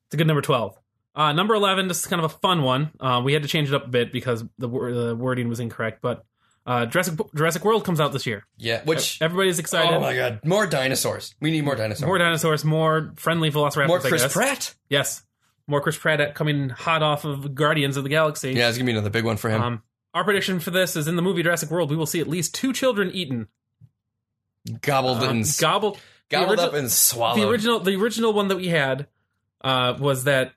Speaker 2: It's a good number twelve. Uh, number eleven. This is kind of a fun one. Uh, we had to change it up a bit because the wor- the wording was incorrect. But uh, Jurassic Jurassic World comes out this year.
Speaker 1: Yeah. Which,
Speaker 2: Everybody's excited.
Speaker 1: oh my God. More dinosaurs. We need more dinosaurs.
Speaker 2: more dinosaurs, more friendly velociraptors.
Speaker 1: More
Speaker 2: I
Speaker 1: Chris
Speaker 2: guess.
Speaker 1: Pratt.
Speaker 2: Yes, more Chris Pratt coming hot off of Guardians of the Galaxy.
Speaker 1: Yeah, it's going to be another big one for him.
Speaker 2: Um, our prediction for this is in the movie Jurassic World, we will see at least two children eaten,
Speaker 1: gobbled
Speaker 2: Um,
Speaker 1: and
Speaker 2: gobbled.
Speaker 1: gobbled
Speaker 2: origi-
Speaker 1: up and
Speaker 2: the
Speaker 1: swallowed.
Speaker 2: original the original one that we had uh, was that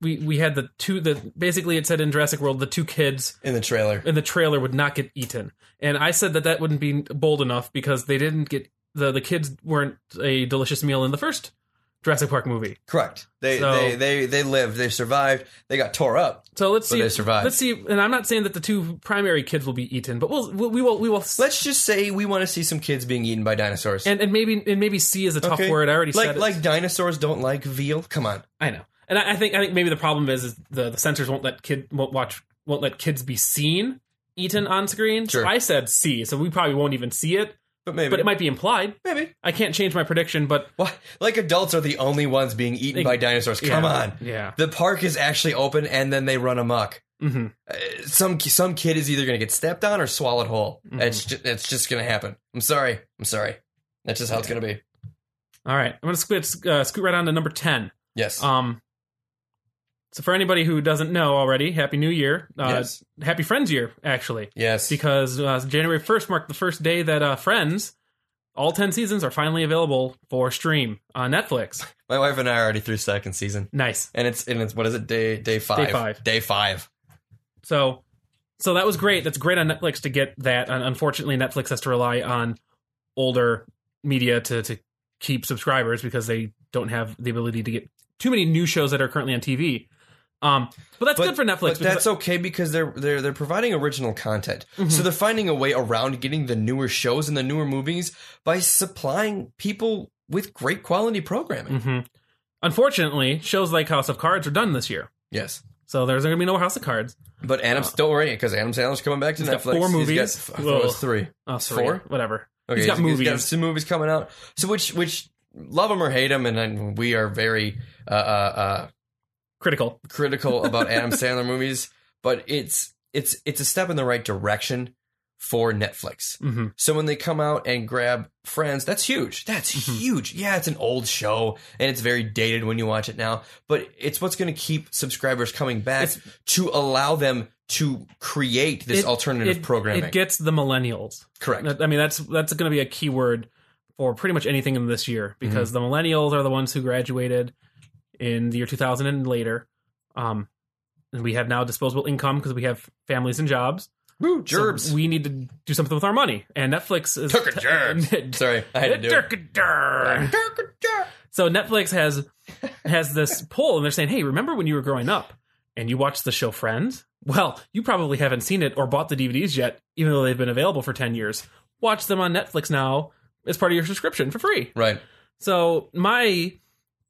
Speaker 2: we we had the two the basically it said in Jurassic World the two kids
Speaker 1: in the trailer.
Speaker 2: in the trailer would not get eaten, and I said that that wouldn't be bold enough because they didn't get the the kids weren't a delicious meal in the first Jurassic Park movie.
Speaker 1: Correct. They,
Speaker 2: So-
Speaker 1: they they they lived. They survived. They got tore up,
Speaker 2: So let's
Speaker 1: but
Speaker 2: see.
Speaker 1: they survived.
Speaker 2: Let's
Speaker 1: Let's,
Speaker 2: see, and I'm not saying that the two primary kids will be eaten, but we'll we will we will
Speaker 1: just say we want to see some kids being eaten by dinosaurs.
Speaker 2: and and maybe and maybe C is a tough
Speaker 1: Okay.
Speaker 2: word. I already
Speaker 1: like
Speaker 2: said it.
Speaker 1: like dinosaurs don't like veal. Come on.
Speaker 2: I know, and I, I think I think maybe the problem is, is the the censors won't let kid won't watch won't let kids be seen eaten on screen. So
Speaker 1: Sure.
Speaker 2: I said see, so we probably won't even see it,
Speaker 1: But maybe.
Speaker 2: but it might be implied.
Speaker 1: maybe.
Speaker 2: I can't change my prediction, but
Speaker 1: What? Like adults are the only ones being eaten
Speaker 2: Like-
Speaker 1: by dinosaurs. Come
Speaker 2: Yeah.
Speaker 1: on.
Speaker 2: yeah,
Speaker 1: The park is actually open, and then they run amok.
Speaker 2: hmm
Speaker 1: Uh, Some some kid is either going to get stepped on or swallowed whole.
Speaker 2: Mhm.
Speaker 1: It's just, it's just going to happen. I'm sorry. I'm sorry. That's just how it's going to be.
Speaker 2: all right. I'm gonna scoot uh, scoot right on to number ten.
Speaker 1: Yes.
Speaker 2: Um, so for anybody who doesn't know already, Happy New Year, uh,
Speaker 1: yes.
Speaker 2: Happy Friends Year, actually.
Speaker 1: Yes.
Speaker 2: because uh, January 1st marked the first day that uh, Friends all 10 seasons are finally available for stream on Netflix.
Speaker 1: My wife and I are already through second season,
Speaker 2: Nice.
Speaker 1: and it's and it's what is it day day five
Speaker 2: five.
Speaker 1: day five.
Speaker 2: So so that was great. That's great on Netflix to get that. And unfortunately, Netflix has to rely on older media to, to keep subscribers because they don't have the ability to get too many new shows that are currently on TV. Um, but that's
Speaker 1: But-
Speaker 2: good for Netflix.
Speaker 1: But
Speaker 2: because- Mm-hmm.
Speaker 1: that's okay because they're they're they're providing original content, so they're finding a way around getting the newer shows and the newer movies by supplying people with great quality programming.
Speaker 2: Mhm. Unfortunately, shows like House of Cards are done this year.
Speaker 1: Yes,
Speaker 2: So there's going to be no House of Cards.
Speaker 1: but Adam's don't worry because Adam Sandler's coming back to
Speaker 2: He's got
Speaker 1: Netflix.
Speaker 2: four
Speaker 1: He's
Speaker 2: movies.
Speaker 1: got, I thought it was
Speaker 2: Ugh.
Speaker 1: three.
Speaker 2: Oh, sorry.
Speaker 1: Four?
Speaker 2: Whatever.
Speaker 1: Okay,
Speaker 2: He's got
Speaker 1: He's got
Speaker 2: movies.
Speaker 1: some movies coming out. So which which love him or hate him, and, and we are very uh, uh, uh,
Speaker 2: Critical.
Speaker 1: critical about Adam Sandler movies, but it's it's it's a step in the right direction for Netflix.
Speaker 2: hmm
Speaker 1: So when they come out and grab Friends, that's huge. That's
Speaker 2: Mhm.
Speaker 1: huge. Yeah, it's an old show and it's very dated when you watch it now, but it's what's going to keep subscribers coming back
Speaker 2: It's-
Speaker 1: to allow them to create this
Speaker 2: It-
Speaker 1: alternative programming.
Speaker 2: It gets the millennials.
Speaker 1: Correct.
Speaker 2: That- I mean, that's that's going to be a key word for pretty much anything in this year because
Speaker 1: Mhm.
Speaker 2: the millennials are the ones who graduated in the year 2000 and later. Um, and we have now disposable income because we have families and jobs.
Speaker 1: Woo,
Speaker 2: So
Speaker 1: gerbs.
Speaker 2: we need to do something with our money, and Netflix is
Speaker 1: Took a gerb. Sorry, I had to do it.
Speaker 2: Dirk-a-dirk. So Netflix has has this poll, and they're saying, "Hey, remember when you were growing up and you watched the show Friends? Well, you probably haven't seen it or bought the DVDs yet, even though they've been available for ten years. Watch them on Netflix now as part of your subscription for free."
Speaker 1: Right.
Speaker 2: So my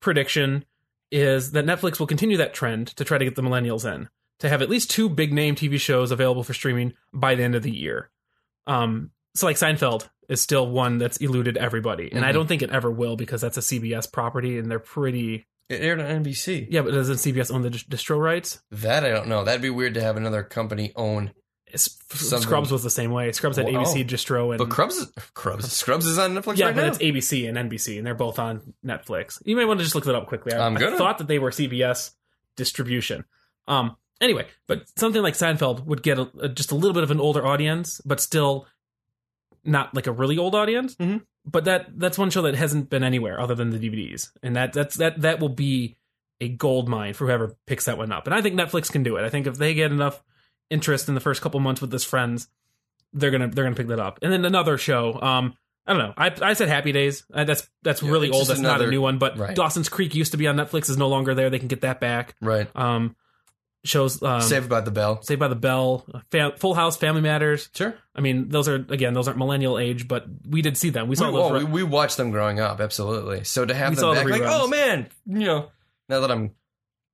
Speaker 2: prediction is that Netflix will continue that trend to try to get the millennials in to have at least two big name TV shows available for streaming by the end of the year. Um, so like Seinfeld is still one that's eluded everybody, and I
Speaker 1: Mhm.
Speaker 2: don't think it ever will because that's a CBS property, and they're pretty.
Speaker 1: It aired on NBC.
Speaker 2: Yeah, but doesn't CBS own the dis- distro rights?
Speaker 1: That I don't know. That'd be weird to have another company own.
Speaker 2: It's-
Speaker 1: Something-
Speaker 2: Scrubs was the same way. Scrubs had
Speaker 1: Wow.
Speaker 2: ABC distro and
Speaker 1: But Crubs, is- Crubs, Scrubs is on Netflix
Speaker 2: yeah,
Speaker 1: right
Speaker 2: but
Speaker 1: now.
Speaker 2: it's ABC and NBC, and they're both on Netflix. You may want to just look that up quickly. I,
Speaker 1: I'm
Speaker 2: I
Speaker 1: gonna.
Speaker 2: thought that they were CBS distribution. Um, anyway, but something like Seinfeld would get a, a- just a little bit of an older audience, but still not like a really old audience.
Speaker 1: Mhm.
Speaker 2: But that that's one show that hasn't been anywhere other than the DVDs, and that that's that that will be a gold mine for whoever picks that one up. And I think Netflix can do it. I think if they get enough interest in the first couple months with this Friends, they're gonna they're gonna pick that up. And then another show. Um, I don't know. I I said Happy Days. Uh, that's that's
Speaker 1: Yeah,
Speaker 2: really
Speaker 1: it's
Speaker 2: old.
Speaker 1: just
Speaker 2: That's not a
Speaker 1: another-
Speaker 2: new one. But
Speaker 1: right.
Speaker 2: Dawson's Creek used to be on Netflix. Is no longer there. They can get that back.
Speaker 1: right.
Speaker 2: Um, shows um,
Speaker 1: Saved by the Bell.
Speaker 2: Saved by the Bell, Fa- Full House, Family Matters.
Speaker 1: Sure.
Speaker 2: I mean, those are again those aren't millennial age, but we did see them. We
Speaker 1: We,
Speaker 2: saw
Speaker 1: well,
Speaker 2: those.
Speaker 1: we, we watched them growing up, absolutely. So to have
Speaker 2: We saw
Speaker 1: them
Speaker 2: the
Speaker 1: back, like,
Speaker 2: reruns.
Speaker 1: oh man, you know, now that I'm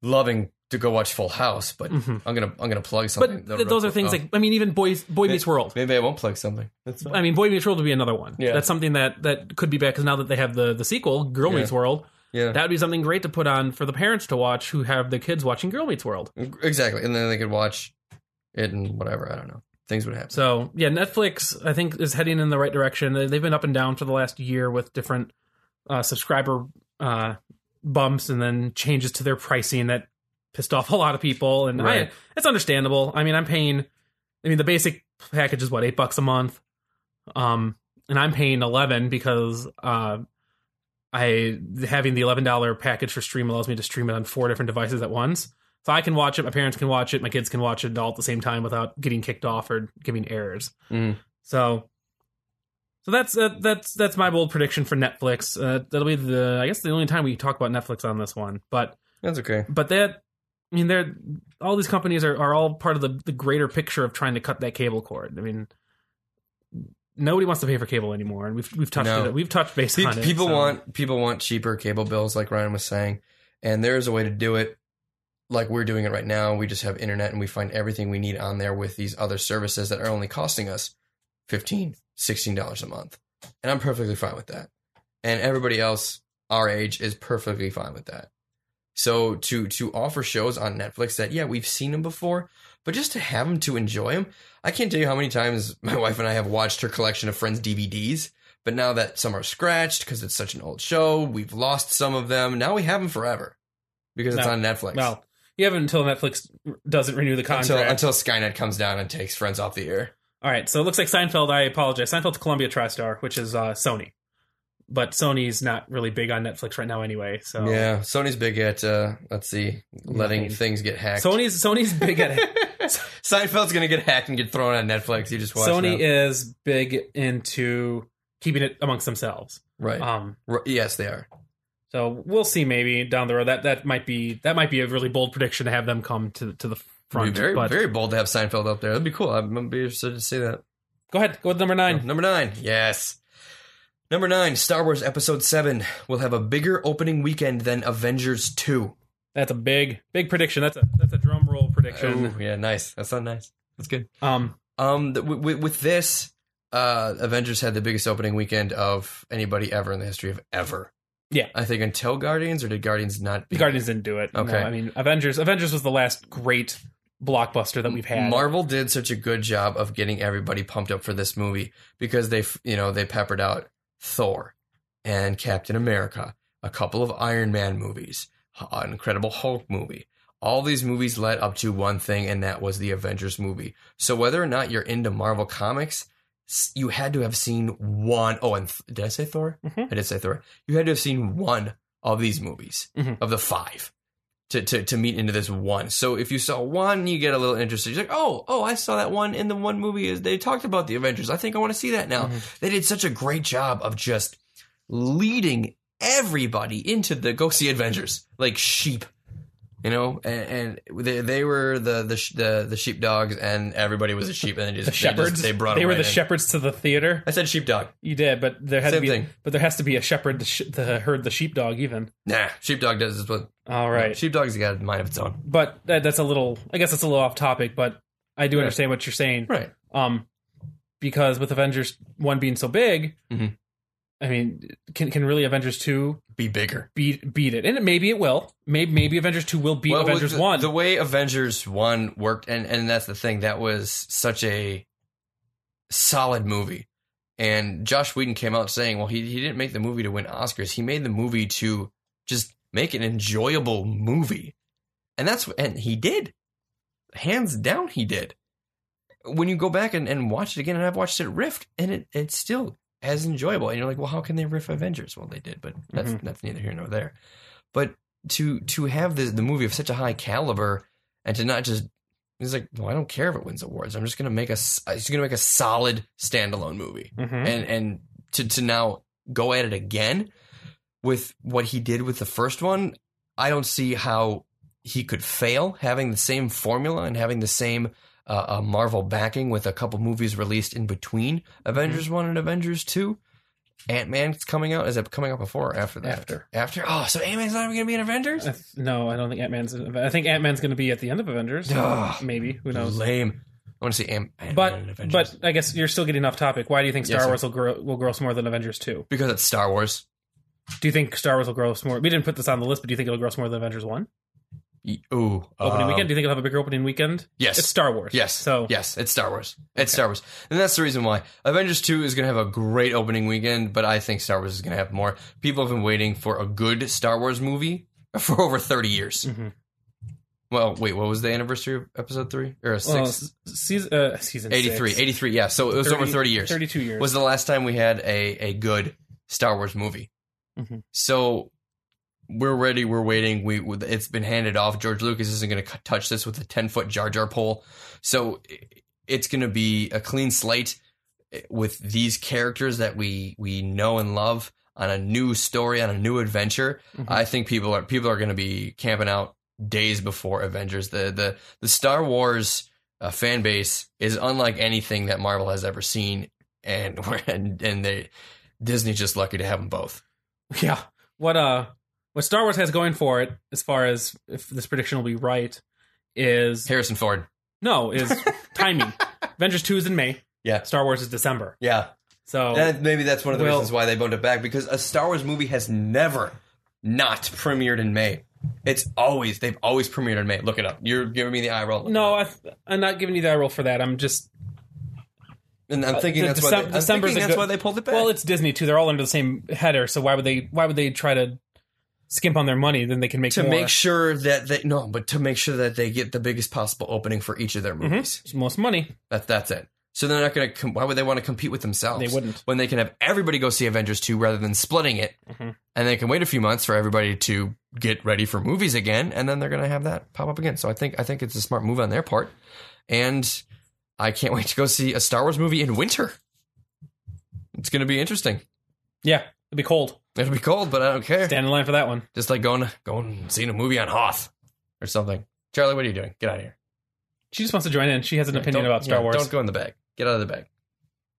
Speaker 1: loving to go watch Full House, but
Speaker 2: Mhm.
Speaker 1: I'm gonna I'm gonna plug something.
Speaker 2: But
Speaker 1: though
Speaker 2: th-
Speaker 1: real
Speaker 2: those are
Speaker 1: quick.
Speaker 2: things
Speaker 1: Oh,
Speaker 2: like I mean, even Boys Boy
Speaker 1: Yeah.
Speaker 2: Meets World.
Speaker 1: maybe I won't plug something. That's fine.
Speaker 2: I mean, Boy Meets World would be another one.
Speaker 1: Yeah.
Speaker 2: That's something that that could be back because now that they have the the sequel, Girl
Speaker 1: Yeah.
Speaker 2: Meets World,
Speaker 1: yeah,
Speaker 2: that would be something great to put on for the parents to watch who have their kids watching Girl Meets World.
Speaker 1: exactly. And then they could watch it and whatever. I don't know. Things would happen.
Speaker 2: So yeah, Netflix I think is heading in the right direction. They- They've been up and down for the last year with different uh, subscriber uh, bumps and then changes to their pricing that pissed off a lot of people. And I,
Speaker 1: Right.
Speaker 2: it's understandable. I mean, I'm paying. I mean, the basic package is what eight bucks a month, um, and I'm paying eleven because uh, I having the eleven dollar package for stream allows me to stream it on four different devices at once. So I can watch it, my parents can watch it, my kids can watch it all at the same time without getting kicked off or giving errors.
Speaker 1: Mm.
Speaker 2: So, so that's uh, that's that's my bold prediction for Netflix. Uh, that'll be the I guess the only time we talk about Netflix on this one. But
Speaker 1: That's okay.
Speaker 2: but that I mean they're all these companies are, are all part of the, the greater picture of trying to cut that cable cord. I mean nobody wants to pay for cable anymore, and we've we've touched
Speaker 1: No.
Speaker 2: it, we've touched base
Speaker 1: Pe-
Speaker 2: on it.
Speaker 1: people
Speaker 2: so-
Speaker 1: want people want cheaper cable bills, like Ryan was saying, and there is a way to do it. Like we're doing it right now, we just have internet and we find everything we need on there with these other services that are only costing us 15 dollars a month, and I'm perfectly fine with that. And everybody else our age is perfectly fine with that. So to to offer shows on Netflix that yeah we've seen them before, but just to have them to enjoy them, I can't tell you how many times my wife and I have watched her collection of Friends DVDs. But now that some are scratched because it's such an old show, we've lost some of them. Now we have them forever because it's
Speaker 2: No.
Speaker 1: on Netflix.
Speaker 2: well, you haven't until Netflix doesn't renew the contract.
Speaker 1: until until Skynet comes down and takes Friends off the air.
Speaker 2: All right, so it looks like Seinfeld. I apologize. Seinfeld's Columbia TriStar, which is uh, Sony. but Sony's not really big on Netflix right now anyway. So
Speaker 1: Yeah, Sony's big at uh, let's see, letting
Speaker 2: Nothing.
Speaker 1: things get hacked.
Speaker 2: Sony's Sony's big at it.
Speaker 1: Seinfeld's gonna get hacked and get thrown on Netflix. You just watch
Speaker 2: Sony
Speaker 1: now.
Speaker 2: is big into keeping it amongst themselves.
Speaker 1: right?
Speaker 2: Um,
Speaker 1: R- yes, they are.
Speaker 2: so we'll see maybe down the road that that might be that might be a really bold prediction to have them come to to the
Speaker 1: It'd
Speaker 2: front.
Speaker 1: be very
Speaker 2: but
Speaker 1: very bold to have Seinfeld up there. That'd be cool. I'm, I'm be interested to see that.
Speaker 2: go ahead, go with number
Speaker 1: Oh,
Speaker 2: nine.
Speaker 1: number nine, yes. Number nine, Star Wars Episode Seven will have a bigger opening weekend than Avengers Two.
Speaker 2: That's a big big prediction. That's a that's a drum roll prediction.
Speaker 1: Ooh, yeah, nice. That's not nice. That's good.
Speaker 2: Um,
Speaker 1: Um, th- w- w- with this, uh, Avengers had the biggest opening weekend of anybody ever in the history of ever.
Speaker 2: Yeah.
Speaker 1: I think until Guardians, or did Guardians not?
Speaker 2: the Guardians didn't do it. No,
Speaker 1: Okay.
Speaker 2: I mean Avengers. Avengers was the last great blockbuster that we've had.
Speaker 1: Marvel did such a good job of getting everybody pumped up for this movie because they, f- you know, they peppered out Thor and Captain America, a couple of Iron Man movies, h- an Incredible Hulk movie. All these movies led up to one thing, and that was the Avengers movie. So whether or not you're into Marvel comics, s- you had to have seen one oh and th- did I say Thor?
Speaker 2: Mhm.
Speaker 1: I did say Thor. You had to have seen one of these movies
Speaker 2: Mhm.
Speaker 1: of the five to, to to meet into this one. So if you saw one, you get a little interested. You're like, oh, oh, I saw that one in the one movie. Is they talked about the Avengers? I think I want to see that now.
Speaker 2: Mhm.
Speaker 1: They did such a great job of just leading everybody into the go see Avengers like sheep. You know, and, and they, they were the the, sh- the the sheepdogs, and everybody was a sheep, and they just
Speaker 2: The
Speaker 1: they,
Speaker 2: shepherds.
Speaker 1: just, they brought. 'em
Speaker 2: were
Speaker 1: right
Speaker 2: the
Speaker 1: in.
Speaker 2: shepherds to the theater.
Speaker 1: I said sheepdog.
Speaker 2: You did, but there had
Speaker 1: Same
Speaker 2: to be,
Speaker 1: thing.
Speaker 2: but there has to be a shepherd to, sh- to herd the sheepdog even.
Speaker 1: Nah, sheepdog does this one.
Speaker 2: All right,
Speaker 1: sheepdog's got a mind of its own.
Speaker 2: but that, that's a little. I guess that's a little off topic, but I do understand what you're saying.
Speaker 1: Right.
Speaker 2: Um, because with Avengers one being so big,
Speaker 1: Mhm.
Speaker 2: I mean, can can really Avengers two
Speaker 1: Be bigger.
Speaker 2: beat beat it? And it- maybe it will. Maybe maybe Avengers two will beat
Speaker 1: Well,
Speaker 2: Avengers
Speaker 1: the,
Speaker 2: one.
Speaker 1: The way Avengers one worked, and and that's the thing. That was such a solid movie. And Josh Whedon came out saying, "Well, he he didn't make the movie to win Oscars. He made the movie to just make an enjoyable movie." And that's and he did. Hands down, he did. When you go back and, and watch it again, and I've watched it riffed, and it, it's still as enjoyable. And you're like, well, how can they riff Avengers? Well, they did, but that's that's neither here nor there. But to to have the the movie of such a high caliber and to not just he's like, well, I don't care if it wins awards. I'm just gonna make a s- I'm just gonna make a solid standalone movie.
Speaker 2: Mhm.
Speaker 1: And and to to now go at it again with what he did with the first one, I don't see how he could fail having the same formula and having the same uh, uh, Marvel backing with a couple movies released in between
Speaker 2: Mm-hmm.
Speaker 1: Avengers One and Avengers Two. Ant Man's coming out. Is it coming out before or after that?
Speaker 2: After. Uh,
Speaker 1: After. Oh, so Ant Man's not even going to be in Avengers?
Speaker 2: I th- no, I don't think Ant Man's. I think Ant Man's going to be at the end of Avengers.
Speaker 1: Ugh.
Speaker 2: Maybe who knows?
Speaker 1: Lame. I want to see Ant Man in
Speaker 2: But
Speaker 1: Avengers.
Speaker 2: but I guess you're still getting off topic. Why do you think Star
Speaker 1: Yes, sir.
Speaker 2: Wars will grow will gross more than Avengers two?
Speaker 1: because it's Star Wars.
Speaker 2: Do you think Star Wars will gross more? We didn't put this on the list, but do you think it'll gross more than Avengers one
Speaker 1: Y- Ooh.
Speaker 2: opening
Speaker 1: um,
Speaker 2: weekend? Do you think it'll have a bigger opening weekend?
Speaker 1: Yes.
Speaker 2: It's Star Wars.
Speaker 1: Yes.
Speaker 2: So
Speaker 1: yes, it's Star Wars. It's Star Wars, and that's the reason why Avengers Two is going to have a great opening weekend. But I think Star Wars is going to have more. People have been waiting for a good Star Wars movie for over thirty years.
Speaker 2: Mhm.
Speaker 1: Well, wait, what was the anniversary of Episode Three or
Speaker 2: Well,
Speaker 1: six?
Speaker 2: s- season uh, season
Speaker 1: Eighty three, eighty three. 83, 83, yeah. So it was over 30 years.
Speaker 2: Thirty two years.
Speaker 1: was the last time we had a, a good Star Wars movie.
Speaker 2: Mhm.
Speaker 1: So we're ready. We're waiting. We we- it's been handed off. George Lucas isn't going to touch this with a ten foot Jar Jar pole. So i- it's going to be a clean slate eh, with these characters that we we know and love on a new story on a new adventure.
Speaker 2: Mhm.
Speaker 1: I think people are people are going to be camping out days before Avengers. The the the Star Wars uh, fan base is unlike anything that Marvel has ever seen and we're- and and they Disney's just lucky to have them both.
Speaker 2: yeah. What uh, what Star Wars has going for it, as far as if this prediction will be right, is
Speaker 1: Harrison Ford.
Speaker 2: no is timing. Avengers two is in May.
Speaker 1: Yeah.
Speaker 2: Star Wars is December.
Speaker 1: Yeah,
Speaker 2: So
Speaker 1: and maybe that's one of the
Speaker 2: Oh. Well-
Speaker 1: reasons why they boned it back because a Star Wars movie has never not premiered in May. It's always they've always premiered in May. Look it up. You're giving me the eye roll.
Speaker 2: no, I th- I'm not giving you that role for that. I'm just
Speaker 1: and I'm thinking
Speaker 2: uh,
Speaker 1: that's
Speaker 2: the Decem-
Speaker 1: why. They, I'm
Speaker 2: December's
Speaker 1: thinking
Speaker 2: a
Speaker 1: that's
Speaker 2: good-
Speaker 1: why they pulled it back.
Speaker 2: Well, it's Disney too. They're all under the same header, so why would they? Why would they try to skimp on their money? Then they can make
Speaker 1: to
Speaker 2: more,
Speaker 1: make sure that they
Speaker 2: Mm-hmm.
Speaker 1: no, but to make sure that they get the biggest possible opening for each of their movies.
Speaker 2: most money.
Speaker 1: That that's it. So they're not going to. Com- why would they want to compete with themselves?
Speaker 2: They wouldn't.
Speaker 1: when they can have everybody go see Avengers 2 rather than splitting it.
Speaker 2: Mhm.
Speaker 1: And they can wait a few months for everybody to get ready for movies again and then they're going to have that pop up again. So I think I think it's a smart move on their part. And I can't wait to go see a Star Wars movie in winter. It's going to be interesting.
Speaker 2: Yeah, it'd be cold.
Speaker 1: It'll be cold, but I don't care.
Speaker 2: Stand in line for that one.
Speaker 1: Just like going going and seeing a movie on Hoth or something. Charlie, what are you doing? Get out of here.
Speaker 2: She just wants to join in. She has an
Speaker 1: Yeah,
Speaker 2: opinion
Speaker 1: don't-
Speaker 2: about Star
Speaker 1: yeah,
Speaker 2: Wars.
Speaker 1: Don't go in the bag. Get out of the bag.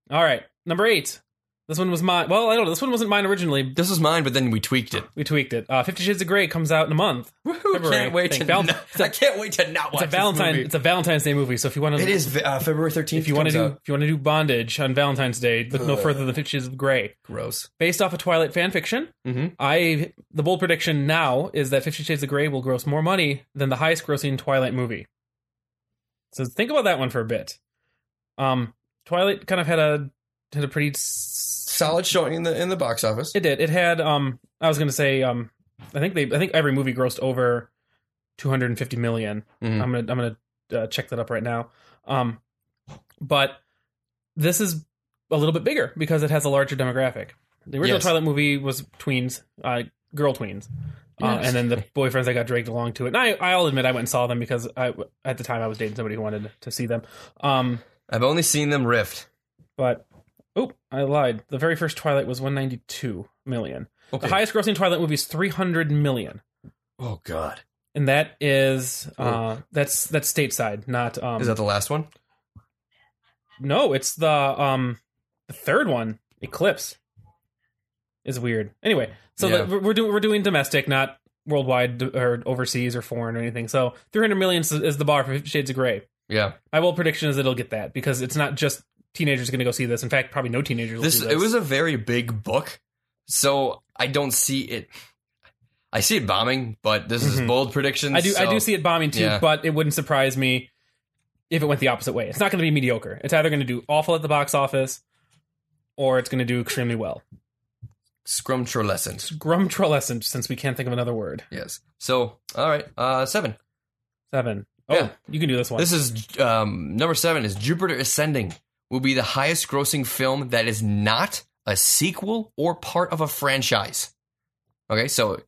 Speaker 2: All right, number eight. This one was mine. Well, I don't know. This one wasn't mine originally.
Speaker 1: This was mine, but then we tweaked it.
Speaker 2: We tweaked it. Uh, Fifty Shades of Grey comes out in a month.
Speaker 1: Woohoo,
Speaker 2: February,
Speaker 1: can't wait
Speaker 2: I
Speaker 1: to
Speaker 2: think. Val-
Speaker 1: not, I can't wait to not watch
Speaker 2: It's a Valentine.
Speaker 1: This movie.
Speaker 2: It's a Valentine's Day movie. So if you want to,
Speaker 1: It is uh, February 13th.
Speaker 2: If you want
Speaker 1: comes
Speaker 2: to do,
Speaker 1: out.
Speaker 2: if you want to do bondage on Valentine's Day, look no
Speaker 1: Ugh.
Speaker 2: further than Fifty Shades of Grey,
Speaker 1: gross.
Speaker 2: based off a Twilight fan fiction.
Speaker 1: Mm-hmm.
Speaker 2: I the bold prediction now is that Fifty Shades of Grey will gross more money than the highest grossing Twilight movie. So think about that one for a bit. Um, Twilight kind of had a had a pretty. s-
Speaker 1: Solid showing in the in the box office.
Speaker 2: It did. It had. Um, I was going to say. Um, I think they. I think every movie grossed over two hundred and fifty million.
Speaker 1: Mhm.
Speaker 2: I'm gonna. I'm gonna uh, check that up right now. Um, but this is a little bit bigger because it has a larger demographic. The original
Speaker 1: Yes.
Speaker 2: Twilight movie was tweens, uh, girl tweens, uh,
Speaker 1: Yes.
Speaker 2: and then the boyfriends I got dragged along to it. And I, I'll admit I went and saw them because I, at the time I was dating somebody who wanted to see them. Um,
Speaker 1: I've only seen them rift.
Speaker 2: but oh, I lied. The very first Twilight was 192 million.
Speaker 1: Okay.
Speaker 2: The highest grossing Twilight movie is 300 million,
Speaker 1: oh God,
Speaker 2: and that is uh, that's that's stateside, not um,
Speaker 1: Oh. is that the last one?
Speaker 2: no, it's the um the third one, Eclipse, is weird. Anyway, so
Speaker 1: Yeah.
Speaker 2: the- we're- we're doing we're doing domestic, not worldwide or overseas or foreign or anything. So 300 million is- is the bar for Fifty Shades of Grey.
Speaker 1: Yeah,
Speaker 2: My bold prediction is that it'll get that because it's not just teenagers going to go see this. In fact, probably no teenagers. Will
Speaker 1: this
Speaker 2: see
Speaker 1: it was a very big book, so I don't see it. I see it bombing, but this is
Speaker 2: Mhm.
Speaker 1: bold predictions.
Speaker 2: I do I
Speaker 1: so-
Speaker 2: do see it bombing too,
Speaker 1: Yeah.
Speaker 2: but it wouldn't surprise me if it went the opposite way. It's not going to be mediocre. It's either going to do awful at the box office or it's going to do extremely well.
Speaker 1: scrumptious.
Speaker 2: Grumtrolescent, since we can't think of another word.
Speaker 1: Yes. So all right, uh, seven.
Speaker 2: Seven. Oh,
Speaker 1: Yeah.
Speaker 2: you can do this one.
Speaker 1: This is um, number seven. Is Jupiter Ascending will be the highest grossing film that is not a sequel or part of a franchise. Okay, so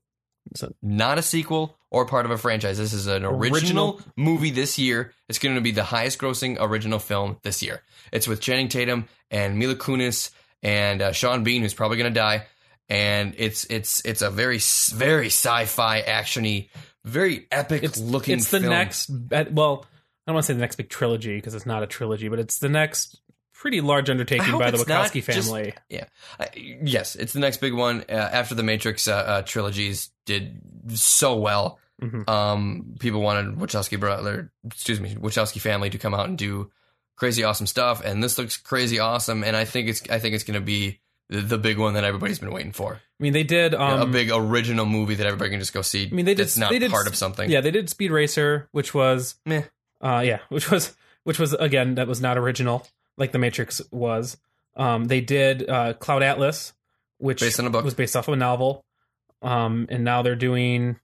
Speaker 2: So-
Speaker 1: not a sequel or part of a franchise. This is an original,
Speaker 2: Original.
Speaker 1: movie this year. It's going to be the highest grossing original film this year. It's with Channing Tatum and Mila Kunis and uh, Sean Bean, who's probably going to die. And it's it's it's a very s- very sci-fi actiony, very epic
Speaker 2: it's
Speaker 1: looking.
Speaker 2: It's the
Speaker 1: film.
Speaker 2: next. be- Well, I don't want to say the next big trilogy because it's not a trilogy, but it's the next pretty large
Speaker 1: I
Speaker 2: undertaking
Speaker 1: hope
Speaker 2: by the
Speaker 1: it's not
Speaker 2: Wachowski
Speaker 1: just-
Speaker 2: family.
Speaker 1: I- Uh, yes, it's the next big one uh, after the Matrix uh, uh, trilogies did so well.
Speaker 2: Mhm.
Speaker 1: Um, people wanted Wachowski brother, excuse me, Wachowski family to come out and do crazy awesome stuff, and this looks crazy awesome. And I think it's I think it's going to be the, the big one that everybody's been waiting for,
Speaker 2: I mean, they did. Um,
Speaker 1: a big original movie that everybody can just go see.
Speaker 2: I mean, they did-
Speaker 1: that's not
Speaker 2: they did-
Speaker 1: part of something.
Speaker 2: Yeah, they did Speed Racer, which was
Speaker 1: Meh.
Speaker 2: uh yeah, which was which was again that was not original like The Matrix was. Um they did uh Cloud Atlas, which
Speaker 1: Based on a book.
Speaker 2: was based off of a novel. Um and now they're doing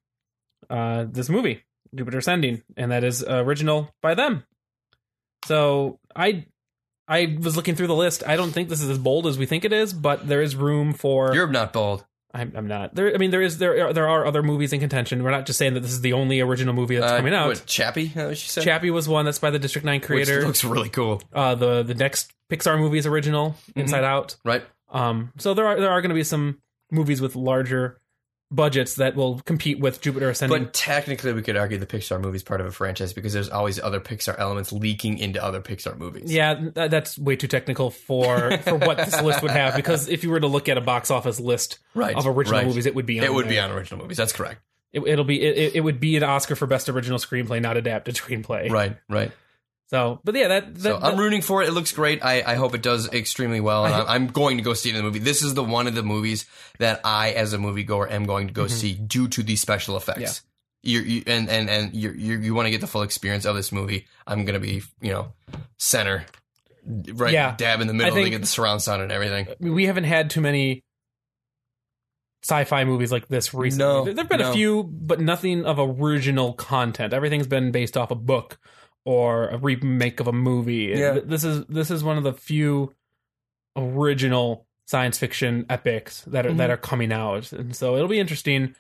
Speaker 2: uh this movie, Jupiter Ascending, and that is uh, original by them. So I I was looking through the list. I don't think this is as bold as we think it is, but there is room for
Speaker 1: You're not bold.
Speaker 2: I'm, I'm not. There, I mean, there is there are, there are other movies in contention. We're not just saying that this is the only original movie that's
Speaker 1: Uh,
Speaker 2: coming out.
Speaker 1: What, Chappie? Uh, she said.
Speaker 2: Chappie was one that's by the District Nine
Speaker 1: Which
Speaker 2: creator.
Speaker 1: looks really cool,
Speaker 2: uh, the the next Pixar movie is original,
Speaker 1: Mm-hmm.
Speaker 2: Inside Out.
Speaker 1: right?
Speaker 2: Um, so there are there are going to be some movies with larger budgets that will compete with Jupiter Ascending.
Speaker 1: But technically, we could argue the Pixar movie is part of a franchise because there's always other Pixar elements leaking into other Pixar movies.
Speaker 2: yeah, th- that's way too technical for for what this list would have. Because if you were to look at a box office list
Speaker 1: right.
Speaker 2: of original
Speaker 1: right.
Speaker 2: movies, it would be on
Speaker 1: it would be
Speaker 2: there.
Speaker 1: on original movies. That's correct.
Speaker 2: It, it'll be it- it, it would be an Oscar for best original screenplay, not adapted screenplay.
Speaker 1: Right, right.
Speaker 2: So, but yeah, that, that
Speaker 1: So
Speaker 2: that-
Speaker 1: I'm rooting for it. It looks great. I, I hope it does extremely well. And
Speaker 2: I-
Speaker 1: I'm, I'm going to go see it in the movie. This is the one of the movies that I, as a moviegoer, am going to go
Speaker 2: Mhm. see
Speaker 1: see due to the special effects. You're, you and and and you're, you're, you want to get the full experience of this movie. I'm going to be you know center, right
Speaker 2: Yeah.
Speaker 1: dab in the middle to
Speaker 2: think-
Speaker 1: get the surround sound and everything.
Speaker 2: I mean, we haven't had too many sci-fi movies like this recently.
Speaker 1: No,
Speaker 2: there have been a
Speaker 1: no.
Speaker 2: few, but nothing of original content. Everything's been based off a book or a remake of a movie.
Speaker 1: Yeah.
Speaker 2: Th- This is this is one of the few original science fiction epics that are that
Speaker 1: Mhm.
Speaker 2: are coming out, and so it'll be interesting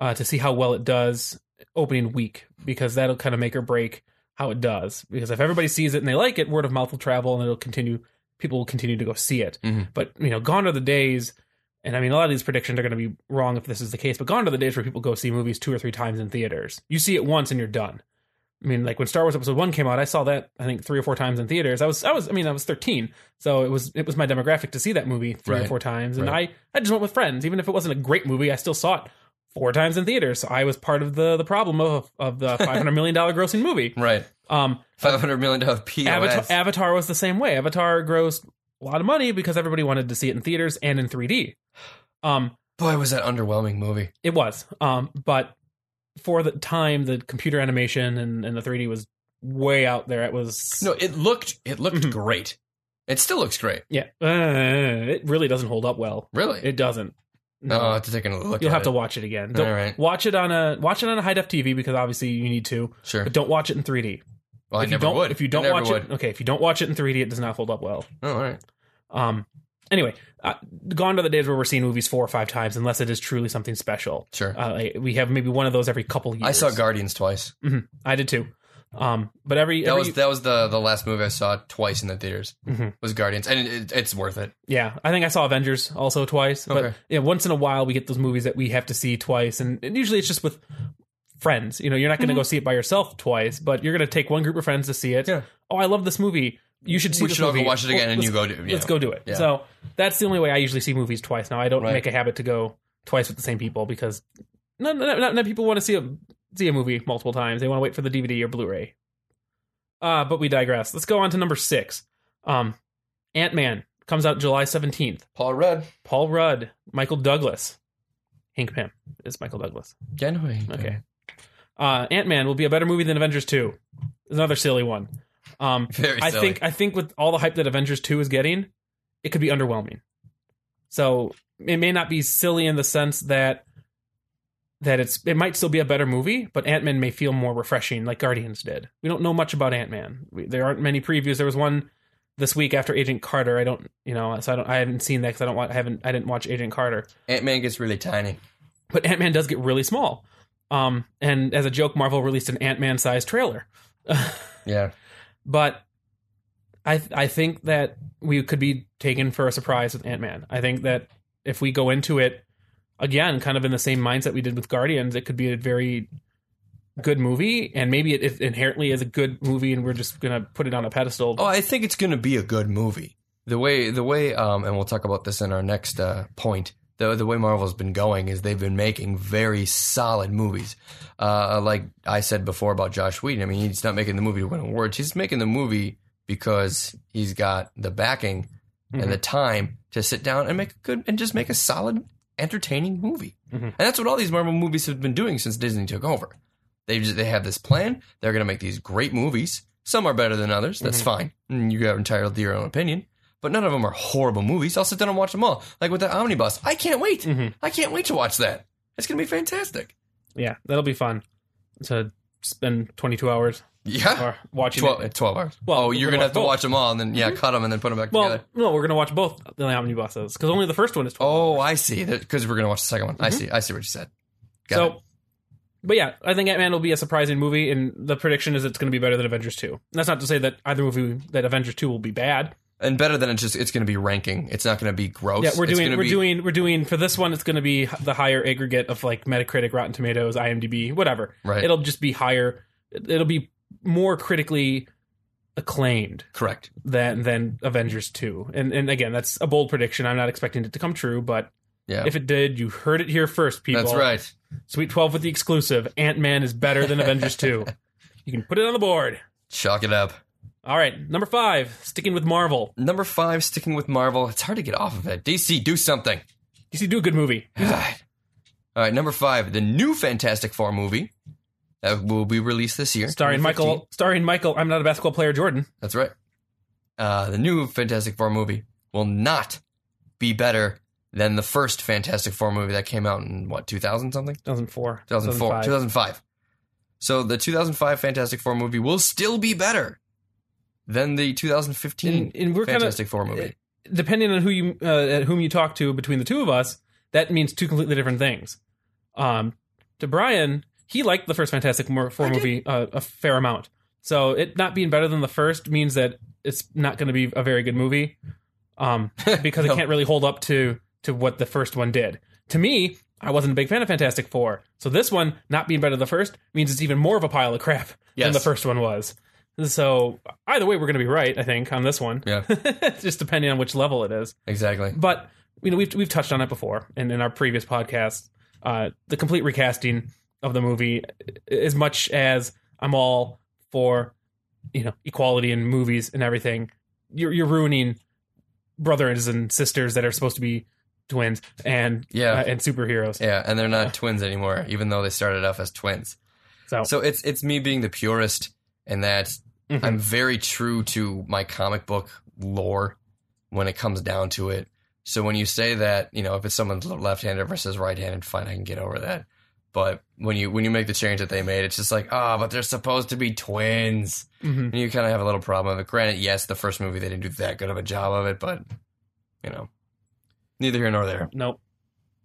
Speaker 2: uh, to see how well it does opening week because that'll kind of make or break how it does. Because if everybody sees it and they like it, word of mouth will travel and it'll continue. People will continue to go see it.
Speaker 1: Mhm.
Speaker 2: But you know, gone are the days. And I mean, a lot of these predictions are going to be wrong if this is the case. But gone are the days where people go see movies two or three times in theaters. You see it once and you're done. I mean, like when Star Wars Episode One came out, I saw that I think three or four times in theaters. I was, I was, I mean, I was 13, so it was, it was my demographic to see that movie three or
Speaker 1: Right.
Speaker 2: four times, and
Speaker 1: Right.
Speaker 2: I, I just went with friends, even if it wasn't a great movie, I still saw it four times in theaters. So I was part of the the problem of of the 500 million dollar grossing movie.
Speaker 1: Right.
Speaker 2: Um,
Speaker 1: Five hundred million dollar POS.
Speaker 2: Avatar, Avatar was the same way. Avatar grossed a lot of money because everybody wanted to see it in theaters and in 3D. Um,
Speaker 1: Boy, was that underwhelming movie.
Speaker 2: it was. Um, but for the time, the computer animation and, and the 3D was way out there. It was
Speaker 1: No, it looked it looked
Speaker 2: Mhm.
Speaker 1: great. It still looks great.
Speaker 2: yeah. Uh, it really doesn't hold up well.
Speaker 1: Really?
Speaker 2: It doesn't.
Speaker 1: oh, I'll have to take another look.
Speaker 2: You'll
Speaker 1: at
Speaker 2: have to
Speaker 1: it.
Speaker 2: watch it again. Don't-
Speaker 1: All right.
Speaker 2: Watch it on a watch it on a high def TV because obviously you need to,
Speaker 1: Sure.
Speaker 2: but don't watch it in 3D.
Speaker 1: Well, I
Speaker 2: if you
Speaker 1: never
Speaker 2: don't,
Speaker 1: would.
Speaker 2: if you
Speaker 1: I
Speaker 2: don't
Speaker 1: never
Speaker 2: watch
Speaker 1: would.
Speaker 2: it, uh, okay, if you don't watch it in 3D, it does not hold up well.
Speaker 1: Oh, all right.
Speaker 2: Um. Anyway, uh, gone are the days where we're seeing movies four or five times, unless it is truly something special.
Speaker 1: Sure.
Speaker 2: Uh, like, we have maybe one of those every couple years.
Speaker 1: I saw Guardians twice.
Speaker 2: Mhm. I did too. Um. But every,
Speaker 1: That
Speaker 2: every
Speaker 1: was that was the the last movie I saw twice in the theaters.
Speaker 2: Mhm.
Speaker 1: Was Guardians, and it, it, it's worth it.
Speaker 2: yeah, I think I saw Avengers also twice. But
Speaker 1: Okay.
Speaker 2: yeah, once in a while we get those movies that we have to see twice, and, and usually it's just with friends. You know, you're not
Speaker 1: Mm-hmm.
Speaker 2: going to go see it by yourself twice, but you're going to take one group of friends to see it.
Speaker 1: Yeah.
Speaker 2: Oh, I love this movie. You should see.
Speaker 1: we
Speaker 2: this
Speaker 1: should all go
Speaker 2: movie.
Speaker 1: watch it
Speaker 2: Well,
Speaker 1: again, and
Speaker 2: let's
Speaker 1: you go do. Yeah.
Speaker 2: let's go do it.
Speaker 1: Yeah.
Speaker 2: So that's the only way I usually see movies twice now. I don't
Speaker 1: Right.
Speaker 2: make a habit to go twice with the same people because not, not, not, not people want to see a see a movie multiple times. They want to wait for the DVD or Blu-ray. Uh, but we digress. Let's go on to number six. Um, Ant Man comes out July seventeenth.
Speaker 1: Paul Rudd.
Speaker 2: Paul Rudd, Michael Douglas, Hank Pym is Michael Douglas.
Speaker 1: Yeah, no, I-
Speaker 2: Okay. Uh, Ant Man will be a better movie than Avengers two. Another silly one. Um,
Speaker 1: Very
Speaker 2: I
Speaker 1: silly.
Speaker 2: think I think with all the hype that Avengers two is getting, it could be underwhelming. So it may not be silly in the sense that that it's it might still be a better movie, but Ant Man may feel more refreshing, like Guardians did. We don't know much about Ant Man. There aren't many previews. There was one this week after Agent Carter. I don't, you know, so I don't. I haven't seen that because I don't. Want, I haven't. I didn't watch Agent Carter
Speaker 1: Ant Man gets really tiny.
Speaker 2: but Ant Man does get really small. Um, and as a joke, Marvel released an Ant Man sized trailer.
Speaker 1: Yeah.
Speaker 2: but I I think that we could be taken for a surprise with Ant Man. I think that if we go into it again, kind of in the same mindset we did with Guardians, it could be a very good movie, and maybe it, it inherently is a good movie, and we're just gonna put it on a pedestal.
Speaker 1: Oh, I think it's going to be a good movie. The way the way um, and we'll talk about this in our next uh, point. The the way Marvel's been going is they've been making very solid movies. Uh, like I said before about Josh Whedon, I mean he's not making the movie to win awards. He's making the movie because he's got the backing
Speaker 2: Mhm.
Speaker 1: and the time to sit down and make a good and just make a solid, entertaining movie.
Speaker 2: Mhm.
Speaker 1: And that's what all these Marvel movies have been doing since Disney took over. They just, they have this plan. They're going to make these great movies. Some are better than others. That's
Speaker 2: Mhm.
Speaker 1: fine. And you are entitled to your own opinion. But none of them are horrible movies. I'll sit down and watch them all. Like with the Omnibus, I can't wait.
Speaker 2: Mhm.
Speaker 1: I can't wait to watch that. It's going to be fantastic.
Speaker 2: yeah, that'll be fun to spend 22 hours
Speaker 1: Yeah,
Speaker 2: or watching.
Speaker 1: 12,
Speaker 2: it.
Speaker 1: 12 hours.
Speaker 2: Well,
Speaker 1: oh,
Speaker 2: we're
Speaker 1: you're
Speaker 2: gonna
Speaker 1: going to have to
Speaker 2: watch both.
Speaker 1: watch them all and then yeah, cut them and then put them back
Speaker 2: Well,
Speaker 1: together.
Speaker 2: no, we're gonna watch both the omnibuses because only the first one is twelve.
Speaker 1: Oh, I see. Because we're going to watch the second one. I see. I see what you said. Got
Speaker 2: Mm-hmm. so,
Speaker 1: it.
Speaker 2: but yeah, I think Ant Man will be a surprising movie, and the prediction is it's gonna be better than Avengers two. That's not to say that either movie that Avengers two will be bad.
Speaker 1: and better than it's just it's going to be ranking. It's not going to be gross.
Speaker 2: Yeah, we're
Speaker 1: Oh, It's
Speaker 2: doing
Speaker 1: gonna
Speaker 2: we're
Speaker 1: be-
Speaker 2: doing we're doing for this one. It's gonna be the higher aggregate of like Metacritic, Rotten Tomatoes, IMDb, whatever.
Speaker 1: right.
Speaker 2: It'll just be higher. It'll be more critically acclaimed
Speaker 1: correct.
Speaker 2: than than Avengers two. And and again, that's a bold prediction. I'm not expecting it to come true, but
Speaker 1: Yeah,
Speaker 2: if it did, you heard it here first, people.
Speaker 1: that's right.
Speaker 2: Sweet 12 with the exclusive. Ant Man is better than Avengers 2. You can put it on the board.
Speaker 1: Chalk it up.
Speaker 2: All right, number five, sticking with Marvel.
Speaker 1: Number five, sticking with Marvel. It's hard to get off of it. DC, do something.
Speaker 2: You see, do a good movie.
Speaker 1: All right, number five, the new Fantastic Four movie that will be released this year,
Speaker 2: Starring
Speaker 1: 2015.
Speaker 2: Michael, starring Michael, I'm not a basketball player, Jordan.
Speaker 1: That's right. Uh, the new Fantastic Four movie will not be better than the first Fantastic Four movie that came out in what 2000 something.
Speaker 2: 2004.
Speaker 1: 2004, 2005. So the 2005 Fantastic Four movie will still be better than the 2015
Speaker 2: And, and we're kind of
Speaker 1: Fantastic Four movie.
Speaker 2: depending on who you uh, at whom you talk to between the two of us, that means two completely different things. Um, to Brian, he liked the first Fantastic Mo- Four
Speaker 1: I did.
Speaker 2: movie uh, a fair amount, so it not being better than the first means that it's not going to be a very good movie um, because
Speaker 1: No.
Speaker 2: it can't really hold up to to what the first one did. To me, I wasn't a big fan of Fantastic Four, so this one not being better than the first means it's even more of a pile of crap than
Speaker 1: Yes.
Speaker 2: the first one was. So either way, we're going to be right, I think, on this one.
Speaker 1: Yeah.
Speaker 2: just depending on which level it is.
Speaker 1: Exactly.
Speaker 2: But you know, we've we've touched on it before, and in our previous podcast, uh, the complete recasting of the movie, as much as I'm all for, you know, equality in movies and everything, you're you're ruining brothers and sisters that are supposed to be twins and
Speaker 1: Yeah.
Speaker 2: uh, and superheroes.
Speaker 1: Yeah, and they're not twins anymore, even though they started off as twins.
Speaker 2: So,
Speaker 1: So it's it's me being the purist in that
Speaker 2: mhm.
Speaker 1: I'm very true to my comic book lore when it comes down to it. So when you say that, you know, if it's someone's left-handed versus right-handed, fine, I can get over that. But when you when you make the change that they made, it's just like, ah, but they're supposed to be twins.
Speaker 2: Mhm.
Speaker 1: And you kind of have a little problem with it. Granted, yes, the first movie they didn't do that good of a job of it, but you know, neither here nor there.
Speaker 2: nope.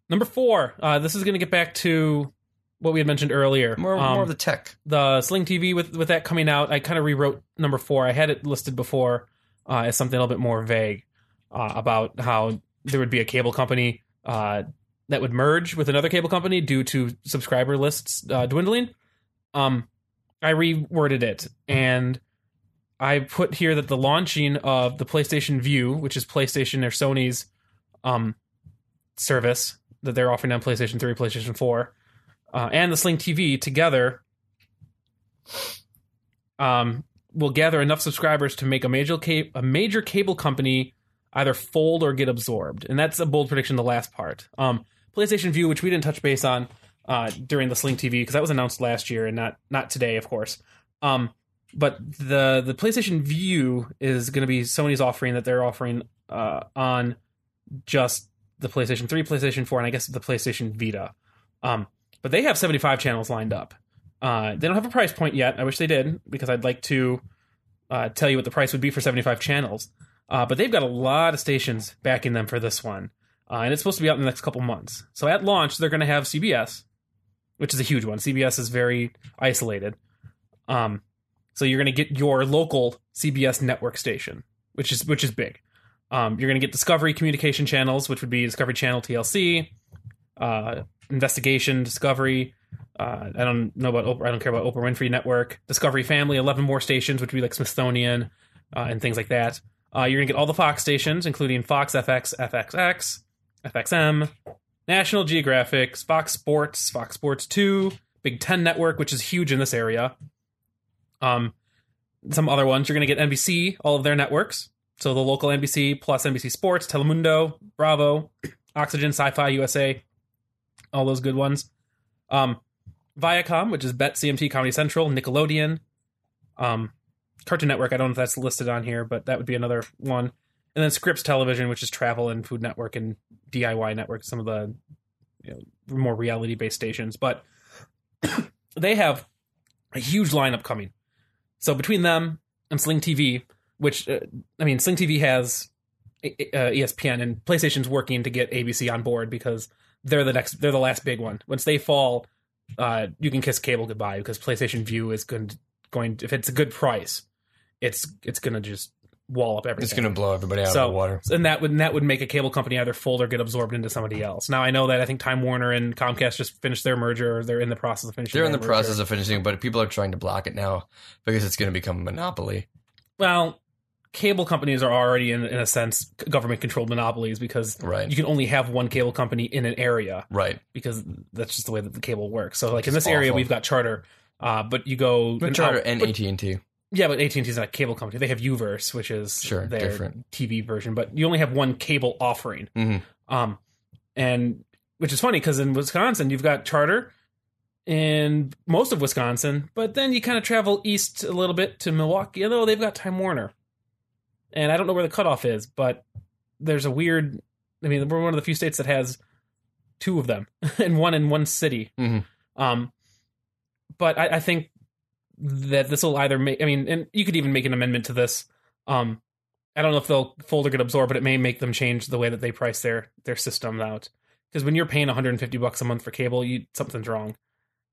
Speaker 2: Number four. Uh, this is going to get back to what we had mentioned earlier.
Speaker 1: More
Speaker 2: Um,
Speaker 1: more of the tech.
Speaker 2: the Sling TV with with that coming out, I kind of rewrote number four. I had it listed before uh, as something a little bit more vague uh, about how there would be a cable company uh, that would merge with another cable company due to subscriber lists uh, dwindling. Um, I reworded it and I put here that the launching of the PlayStation View, which is PlayStation or Sony's um, service that they're offering on PlayStation 3, PlayStation 4, uh, and the Sling TV together um, will gather enough subscribers to make a major ca- a major cable company either fold or get absorbed, and that's a bold prediction. The last part, um, PlayStation View, which we didn't touch base on uh, during the Sling TV because that was announced last year and not not today, of course. Um, but the the PlayStation View is going to be Sony's offering that they're offering uh, on just the PlayStation 3, PlayStation 4, and I guess the PlayStation Vita. Um, but they have 75 channels lined up. Uh, they don't have a price point yet. I wish they did because I'd like to uh, tell you what the price would be for 75 channels. Uh, but they've got a lot of stations backing them for this one, uh, and it's supposed to be out in the next couple months. So at launch, they're going to have CBS, which is a huge one. CBS is very isolated, um, so you're going to get your local CBS network station, which is which is big. Um, you're going to get Discovery communication channels, which would be Discovery Channel TLC, uh, Investigation Discovery, uh, I don't know about Oprah, I don't care about Oprah Winfrey Network, Discovery Family, eleven more stations, which would be like Smithsonian uh, and things like that. Uh, you're gonna get all the Fox stations, including Fox FX, FXX, FXM, National Geographic, Fox Sports, Fox Sports Two, Big Ten Network, which is huge in this area. Um, some other ones you're gonna get NBC, all of their networks, so the local NBC plus NBC Sports, Telemundo, Bravo, Oxygen, Sci-Fi USA, all those good ones. Um, Viacom, which is Bet CMT Comedy Central, Nickelodeon, um, Cartoon Network. I don't know if that's listed on here, but that would be another one. And then Scripps Television, which is Travel and Food Network and DIY Network, some of the you know, more reality based stations. But they have a huge lineup coming. So between them and Sling TV, which uh, I mean, Sling TV has uh, ESPN and PlayStation's working to get ABC on board because they're the next, they're the last big one. Once they fall, uh, you can kiss cable goodbye because PlayStation View is going to, going if it's a good price, it's it's going to just wall up everything.
Speaker 1: It's going to blow everybody out
Speaker 2: So-
Speaker 1: of the water.
Speaker 2: And that would and that would make a cable company either fold or get absorbed into somebody else. Now I know that I think Time Warner and Comcast just finished their merger. or They're in the process of finishing.
Speaker 1: They're in the
Speaker 2: their merger.
Speaker 1: process of finishing, but people are trying to block it now because it's going to become a monopoly.
Speaker 2: Well, cable companies are already in in a sense government controlled monopolies because
Speaker 1: Right.
Speaker 2: you can only have one cable company in an area
Speaker 1: right.
Speaker 2: because that's just the way that the cable works. So like in
Speaker 1: It's
Speaker 2: this area
Speaker 1: awful.
Speaker 2: we've got Charter, uh, but you go
Speaker 1: But
Speaker 2: and
Speaker 1: Charter
Speaker 2: out-
Speaker 1: and
Speaker 2: but-
Speaker 1: AT and T,
Speaker 2: Yeah, but AT and T is not a cable company. They have UVerse, which is
Speaker 1: sure,
Speaker 2: their
Speaker 1: different.
Speaker 2: TV version, but you only have one cable offering.
Speaker 1: Mhm.
Speaker 2: Um, and which is funny because in Wisconsin you've got Charter in most of Wisconsin, but then you kind of travel east a little bit to Milwaukee. Although they've got Time Warner, and I don't know where the cutoff is, but there's a weird. I mean, we're one of the few states that has two of them, and one in one city.
Speaker 1: Mhm.
Speaker 2: Um, but I, I think that this will either make. I mean, and you could even make an amendment to this. Um, I don't know if they'll fold or get absorbed, but it may make them change the way that they price their their system out. Because when you're paying 150 bucks a month for cable, you something's wrong,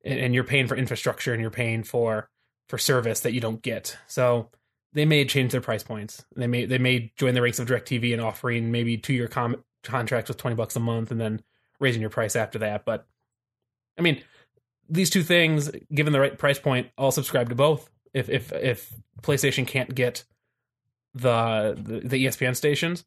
Speaker 2: and, and you're paying for infrastructure and you're paying for for service that you don't get. So they may change their price points. They may they may join the ranks of Directv and offering maybe two year com- contracts with 20 bucks a month, and then raising your price after that. But I mean, these two things, given the right price point, I'll subscribe to both. If if if PlayStation can't get the the, E the ESPN stations,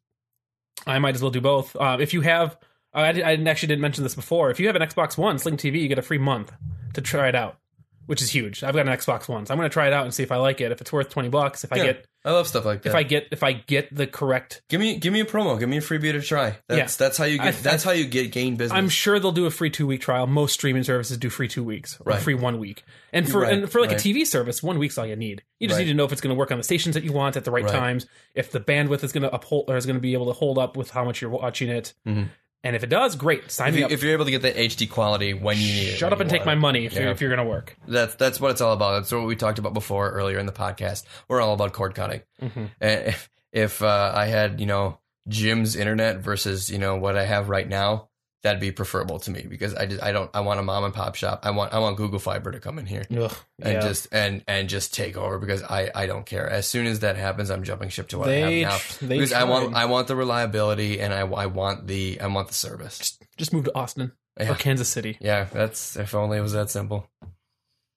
Speaker 2: I might as well do both. Uh, if you have, I, di- I didn't- actually didn't mention this before. If you have an Xbox One Sling TV, you get a free month to try it out, which is huge. I've got an Xbox One, so I'm going to try it out and see if I like it. If it's worth twenty bucks, if I
Speaker 1: Yeah.
Speaker 2: get
Speaker 1: I love stuff like that.
Speaker 2: if I get if I get the correct
Speaker 1: give me give me a promo, give me a freebie to try. That's that's how you get
Speaker 2: I-
Speaker 1: that's how you get gain business.
Speaker 2: I'm sure they'll do a free two week trial. Most streaming services do free two weeks or
Speaker 1: Right.
Speaker 2: free one week. And for
Speaker 1: Right,
Speaker 2: and for like
Speaker 1: right.
Speaker 2: a TV service, one week's all you need. You just
Speaker 1: Right.
Speaker 2: need to know if it's going to work on the stations that you want at the right,
Speaker 1: Right.
Speaker 2: times, if the bandwidth is going to uphold or is going to be able to hold up with how much you're watching it.
Speaker 1: Mhm.
Speaker 2: And if it does, great. Sign
Speaker 1: if,
Speaker 2: me
Speaker 1: you,
Speaker 2: up.
Speaker 1: if you're able to get that HD quality when you need it,
Speaker 2: Shut
Speaker 1: when
Speaker 2: up and
Speaker 1: you want
Speaker 2: take my
Speaker 1: it.
Speaker 2: money if
Speaker 1: Yeah.
Speaker 2: you're if you're going to work.
Speaker 1: That's that's what it's all about. That's what we talked about before earlier in the podcast. We're all about cord cutting.
Speaker 2: Mhm.
Speaker 1: And Eh, if if uh, I had you know Jim's internet versus you know what I have right now, that'd be preferable to me because I just, I don't I want a mom and pop shop. I want I want Google Fiber to come in here
Speaker 2: Ugh,
Speaker 1: and
Speaker 2: yeah.
Speaker 1: just and and just take over because I I don't care. As soon as that happens, I'm jumping ship to what
Speaker 2: They
Speaker 1: I have now.
Speaker 2: tr- they
Speaker 1: because I want
Speaker 2: tried.
Speaker 1: I want the reliability and I, I want the I want the service.
Speaker 2: just move to Austin
Speaker 1: Yeah.
Speaker 2: or Kansas City.
Speaker 1: Yeah, that's if only it was that simple.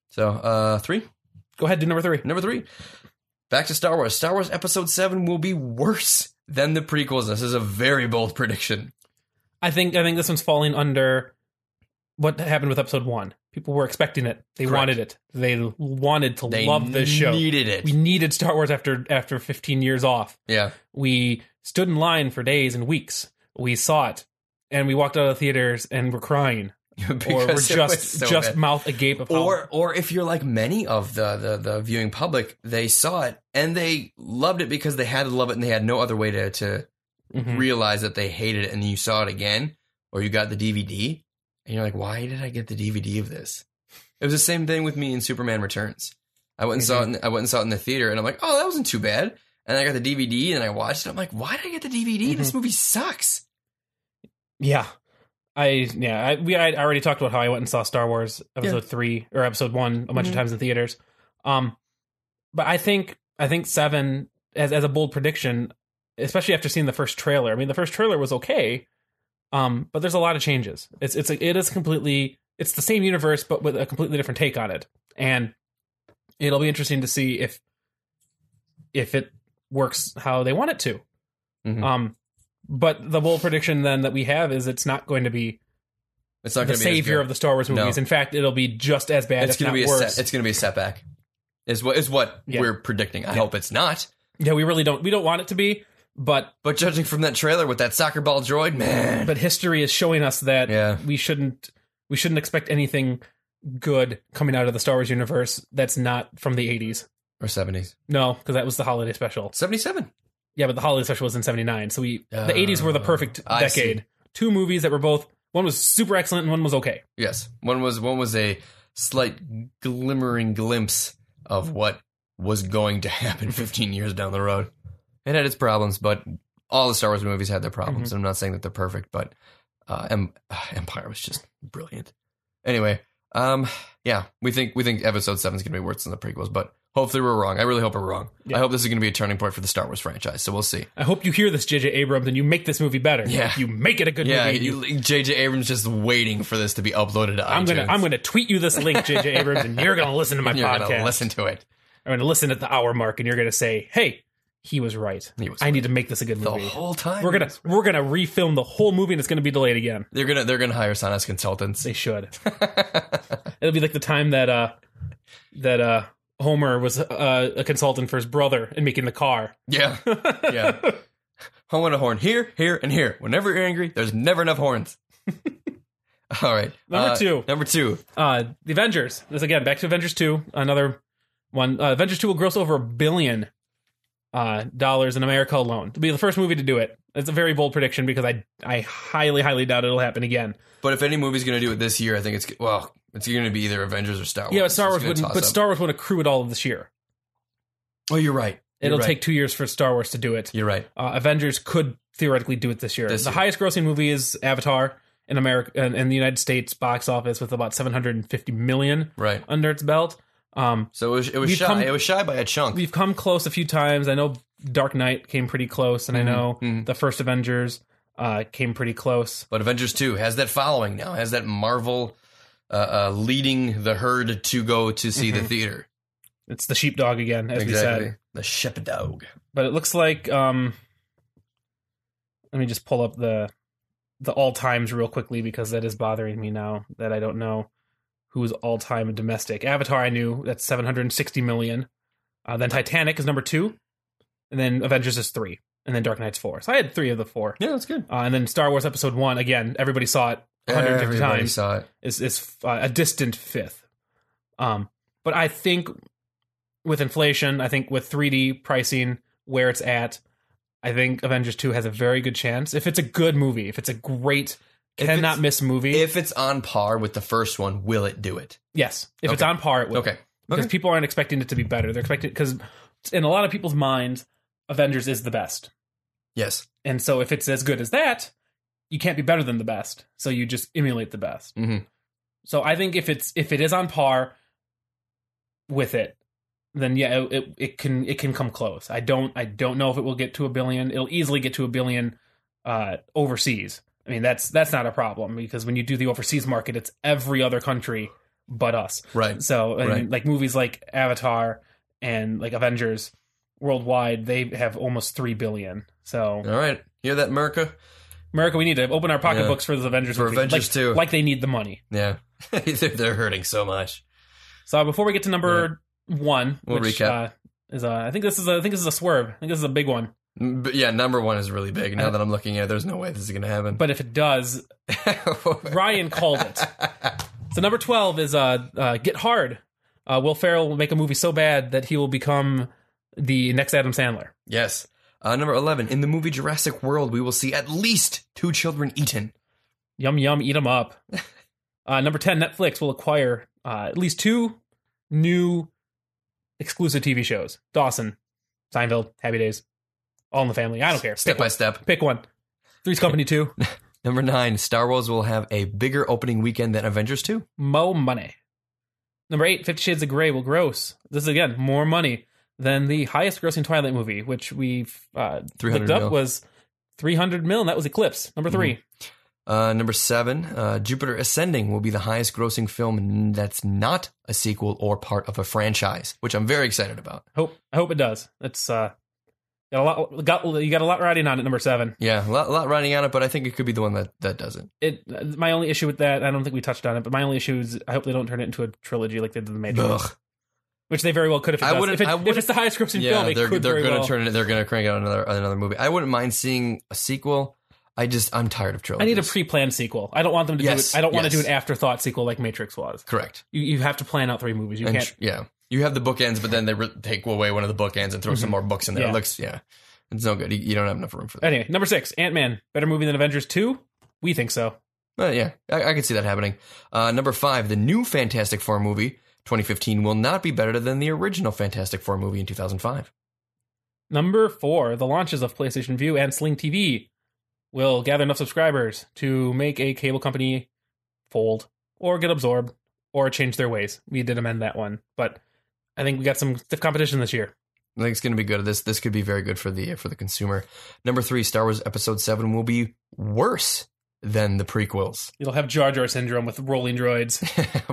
Speaker 1: So uh three.
Speaker 2: Go ahead, do number three.
Speaker 1: Number three, back to Star Wars. Star Wars Episode 7 will be worse than the prequels. This is a very bold prediction.
Speaker 2: I think I think this one's falling under what happened with episode one. People were expecting it. They
Speaker 1: Correct.
Speaker 2: wanted it. They wanted to
Speaker 1: They
Speaker 2: love this show.
Speaker 1: needed it.
Speaker 2: we needed Star Wars after after 15 years off.
Speaker 1: yeah,
Speaker 2: We stood in line for days and weeks. We saw it, and we walked out of the theaters and were crying, or we're
Speaker 1: Because it
Speaker 2: just
Speaker 1: was so
Speaker 2: just
Speaker 1: bad.
Speaker 2: mouth agape of how-
Speaker 1: or or if you're like many of the, the the viewing public, they saw it and they loved it because they had to love it and they had no other way to to
Speaker 2: Mhm.
Speaker 1: realize that they hated it and you saw it again or you got the DVD and you're like, why did I get the DVD of this? It was the same thing with me in Superman Returns. I went and saw
Speaker 2: Mm-hmm.
Speaker 1: it. In, I went and saw it in the theater, and I'm like, oh, that wasn't too bad. And I got the DVD, and I watched it. I'm like, why did I get the DVD?
Speaker 2: Mm-hmm.
Speaker 1: This movie sucks.
Speaker 2: yeah. I yeah I we I already talked about how I went and saw Star Wars episode three or episode one a bunch
Speaker 1: Mhm.
Speaker 2: of times in theaters, um, but I think I think seven as as a bold prediction, especially after seeing the first trailer. I mean, the first trailer was okay, um, but there's a lot of changes. It's it's a, it is completely it's the same universe but with a completely different take on it, and it'll be interesting to see if if it works how they want it to.
Speaker 1: Mhm.
Speaker 2: Um, but the bold prediction then that we have is it's not going to be
Speaker 1: It's not
Speaker 2: the
Speaker 1: going to be
Speaker 2: savior
Speaker 1: as
Speaker 2: of the Star Wars
Speaker 1: No.
Speaker 2: movies. In fact, it'll be just as
Speaker 1: good.
Speaker 2: bad.
Speaker 1: It's
Speaker 2: if
Speaker 1: going to be
Speaker 2: not
Speaker 1: a
Speaker 2: worse.
Speaker 1: set, it's going to be a setback. Is what is what
Speaker 2: Yeah.
Speaker 1: we're predicting. I
Speaker 2: Yeah.
Speaker 1: hope it's not.
Speaker 2: yeah, we really don't we don't want it to be, but
Speaker 1: But judging from that trailer with that soccer ball droid, man,
Speaker 2: but history is showing us that
Speaker 1: Yeah.
Speaker 2: we shouldn't we shouldn't expect anything good coming out of the Star Wars universe that's not from the 80s.
Speaker 1: or seventies,
Speaker 2: No, because that was the holiday special.
Speaker 1: seventy-seven.
Speaker 2: Yeah, but the holiday special was in 79. So we
Speaker 1: Uh,
Speaker 2: the 80s were the perfect
Speaker 1: I see.
Speaker 2: decade. Two movies that were both one was super excellent and one was okay.
Speaker 1: Yes, one was one was a slight glimmering glimpse
Speaker 2: Hmm.
Speaker 1: of what was going to happen 15 years down the road. It had its problems, but all the Star Wars movies had their
Speaker 2: Mm-hmm.
Speaker 1: problems. I'm not saying that they're perfect, but uh, em- uh, Empire was just brilliant. Anyway, um, yeah, we think we think Episode Seven is going to be worse than the prequels, but hopefully we're wrong. I really hope we're wrong.
Speaker 2: Yeah.
Speaker 1: I hope this is going to be a turning point for the Star Wars franchise. So we'll see.
Speaker 2: I hope you hear this, J.J. Abrams, and you make this movie better.
Speaker 1: Yeah.
Speaker 2: You make it a good
Speaker 1: Yeah,
Speaker 2: movie.
Speaker 1: you- J.J. Abrams just waiting for this to be uploaded to
Speaker 2: I'm gonna
Speaker 1: iTunes.
Speaker 2: I'm gonna tweet you this link, JJ Abrams, and you're gonna listen to my
Speaker 1: And You're
Speaker 2: podcast.
Speaker 1: gonna listen to it.
Speaker 2: I'm gonna listen at the hour mark, and you're gonna say, "Hey, he was right.
Speaker 1: He was
Speaker 2: I need to make this a good
Speaker 1: the
Speaker 2: movie.
Speaker 1: whole time.
Speaker 2: We're gonna we're gonna refilm the whole movie, and it's gonna be delayed again.
Speaker 1: they're gonna they're gonna hire Sonos consultants.
Speaker 2: They should. It'll be like the time that uh that uh Homer was uh, a consultant for his brother and making the car.
Speaker 1: yeah, yeah. I want a horn here, here, and here. Whenever you're angry, there's never enough horns. All right,
Speaker 2: Number
Speaker 1: Uh,
Speaker 2: two.
Speaker 1: Number two.
Speaker 2: Uh, the Avengers. This again, back to Avengers two. Another one. Uh, Avengers two will gross over a billion uh, dollars in America alone. It'll be the first movie to do it. It's a very bold prediction because I I highly highly doubt it'll happen again.
Speaker 1: But if any movie's going to do it this year, I think it's well, it's going to be either Avengers or Star Wars.
Speaker 2: Yeah, but Star
Speaker 1: It's Oh,
Speaker 2: Wars
Speaker 1: gonna
Speaker 2: wouldn't.
Speaker 1: toss
Speaker 2: But
Speaker 1: up.
Speaker 2: Star Wars won't accrue it all of this year.
Speaker 1: Oh, you're right. You're
Speaker 2: It'll
Speaker 1: right.
Speaker 2: take two years for Star Wars to do it.
Speaker 1: You're right.
Speaker 2: Uh, Avengers could theoretically do it this year.
Speaker 1: This
Speaker 2: the
Speaker 1: year.
Speaker 2: highest grossing movie is Avatar in America in, in the United States box office with about 750 million
Speaker 1: Right.
Speaker 2: under its belt. Um,
Speaker 1: So it was it was
Speaker 2: We've
Speaker 1: shy.
Speaker 2: come-
Speaker 1: it was shy by a chunk.
Speaker 2: we've come close a few times. I know Dark Knight came pretty close, and I know
Speaker 1: Mhm.
Speaker 2: the first Avengers uh, came pretty close.
Speaker 1: But Avengers 2 has that following now, has that Marvel uh, uh, leading the herd to go to see
Speaker 2: Mm-hmm.
Speaker 1: the theater.
Speaker 2: It's the sheepdog again, as we said.
Speaker 1: The shepherd dog.
Speaker 2: But it looks like um, let me just pull up the the all times real quickly because that is bothering me now that I don't know who is all time domestic. Avatar, I knew that's seven hundred and sixty million. Uh, then Titanic is number two, and then Avengers is three, and then Dark Knight's four. So I had three of the four.
Speaker 1: Yeah, that's good.
Speaker 2: Uh, and then Star Wars Episode One again. Everybody saw it 150
Speaker 1: Everybody
Speaker 2: times
Speaker 1: saw it.
Speaker 2: is is uh, a distant fifth. Um, but I think with inflation, I think with 3D pricing where it's at, I think Avengers 2 has a very good chance. If it's a good movie, if it's a great
Speaker 1: If
Speaker 2: cannot
Speaker 1: it's-
Speaker 2: miss movie,
Speaker 1: If it's on par with the first one, will it do it?
Speaker 2: yes, if it's
Speaker 1: Okay.
Speaker 2: on par, it will.
Speaker 1: Okay.
Speaker 2: Because
Speaker 1: Okay.
Speaker 2: people aren't expecting it to be better. They're expecting because in a lot of people's minds, Avengers is the best.
Speaker 1: Yes.
Speaker 2: And so if it's as good as that, you can't be better than the best. So you just emulate the best.
Speaker 1: Mhm.
Speaker 2: So I think if it's if it is on par with it, then yeah, it, it, it can it can come close. I don't I don't know if it will get to a billion. It'll easily get to a billion uh, overseas. I mean that's that's not a problem because when you do the overseas market, it's every other country but us.
Speaker 1: Right.
Speaker 2: So and
Speaker 1: Right.
Speaker 2: like movies like Avatar and like Avengers worldwide, they have almost three billion. So
Speaker 1: All right. Hear that, Merca?
Speaker 2: America, we need to open our pocketbooks for the Avengers.
Speaker 1: For
Speaker 2: movie.
Speaker 1: Avengers
Speaker 2: like,
Speaker 1: too.
Speaker 2: like they need the money.
Speaker 1: Yeah. They're they're hurting so much.
Speaker 2: So uh, before we get to number one,
Speaker 1: We'll
Speaker 2: which,
Speaker 1: recap.
Speaker 2: Uh, is uh, I think this is a, I think this is a swerve. I think this is a big one.
Speaker 1: Mm, But yeah, number one is really big. Now
Speaker 2: Uh,
Speaker 1: that I'm looking at it, there's no way this is going to happen.
Speaker 2: But if it does, Ryan called it. So number twelve is uh, uh Get Hard. Uh, will Ferrell will make a movie so bad that he will become the next Adam Sandler.
Speaker 1: Yes. Uh, number 11. In the movie Jurassic World, we will see at least two children eaten.
Speaker 2: Yum yum, eat 'em up. Uh, number ten, Netflix will acquire uh, at least two new exclusive TV shows: Dawson, Seinfeld, Happy Days, All in the Family. I don't care.
Speaker 1: Step
Speaker 2: Pick
Speaker 1: by step.
Speaker 2: Pick one. Three's Company 2.
Speaker 1: Number 9. Star Wars will have a bigger opening weekend than Avengers 2.
Speaker 2: Mo Money. Number 8, Fifty Shades of Grey will gross. This is, again, more money than the highest grossing Twilight movie, which we've uh,
Speaker 1: 300
Speaker 2: looked up
Speaker 1: mil.
Speaker 2: was 300 mil, and that was Eclipse. Number 3.
Speaker 1: Uh, number 7. Uh, Jupiter Ascending will be the highest grossing film that's not a sequel or part of a franchise, which I'm very excited about.
Speaker 2: Hope, I hope it does. It's, uh, got a lot, got, you got a lot riding on it, number 7.
Speaker 1: Yeah, a lot, lot riding on it, but I think it could be the one that, that does it.
Speaker 2: It. My only issue with that, I don't think we touched on it, but my only issue is I hope they don't turn it into a trilogy like they did The Matrix,
Speaker 1: Ugh.
Speaker 2: which they very well could if it
Speaker 1: I
Speaker 2: does.
Speaker 1: wouldn't-
Speaker 2: If, it-
Speaker 1: I
Speaker 2: if
Speaker 1: wouldn't-
Speaker 2: it's the highest grossing
Speaker 1: Yeah,
Speaker 2: film, it
Speaker 1: they're
Speaker 2: could
Speaker 1: they're
Speaker 2: very
Speaker 1: going to
Speaker 2: well.
Speaker 1: turn it. They're going to crank out another another movie. I wouldn't mind seeing a sequel. I just I'm tired of
Speaker 2: I
Speaker 1: trilogies.
Speaker 2: need a pre-planned sequel. I don't want them to
Speaker 1: Yes,
Speaker 2: do it. I don't want to
Speaker 1: yes.
Speaker 2: do an afterthought sequel like Matrix was.
Speaker 1: correct.
Speaker 2: You, you have to plan out three movies. You
Speaker 1: and
Speaker 2: can't.
Speaker 1: tr- yeah, you have the bookends, but then they re- take away one of the bookends and throw some more books in there.
Speaker 2: Mm-hmm. Yeah.
Speaker 1: It looks yeah, it's no good. You, you don't have enough room for that.
Speaker 2: Anyway, number six, Ant Man, better movie than Avengers two. We think so.
Speaker 1: But Uh, yeah, I, I could see that happening. Uh, number five, the new Fantastic Four movie. 2015 will not be better than the original Fantastic Four movie in 2005.
Speaker 2: Number four, the launches of PlayStation View and Sling TV will gather enough subscribers to make a cable company fold or get absorbed or change their ways. We did amend that one, but I think we got some stiff competition this year.
Speaker 1: I think it's going to be good. This this could be very good for the for the consumer. Number three, Star Wars Episode Seven will be worse than the prequels.
Speaker 2: It'll have Jar Jar syndrome with rolling droids.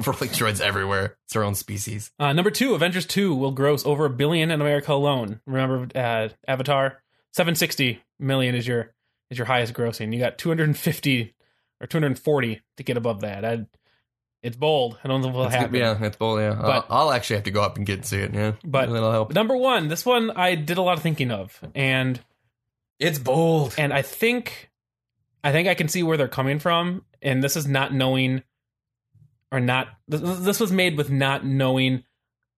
Speaker 1: Rolling droids everywhere. It's our own species.
Speaker 2: Uh, number two, Avengers 2 will gross over a billion in America alone. Remember uh, Avatar? 760 million is your is your highest grossing. You got 250 or 240 to get above that. I, it's bold. I don't think it will
Speaker 1: That's
Speaker 2: happen.
Speaker 1: good- yeah, that's bold. Yeah,
Speaker 2: But-
Speaker 1: I'll, I'll actually have to go up and get and see it. Yeah,
Speaker 2: But-
Speaker 1: that'll help.
Speaker 2: Number one, this one I did a lot of thinking of, and
Speaker 1: It's bold.
Speaker 2: and I think I think I can see where they're coming from. And this is not knowing or not. th- This was made with not knowing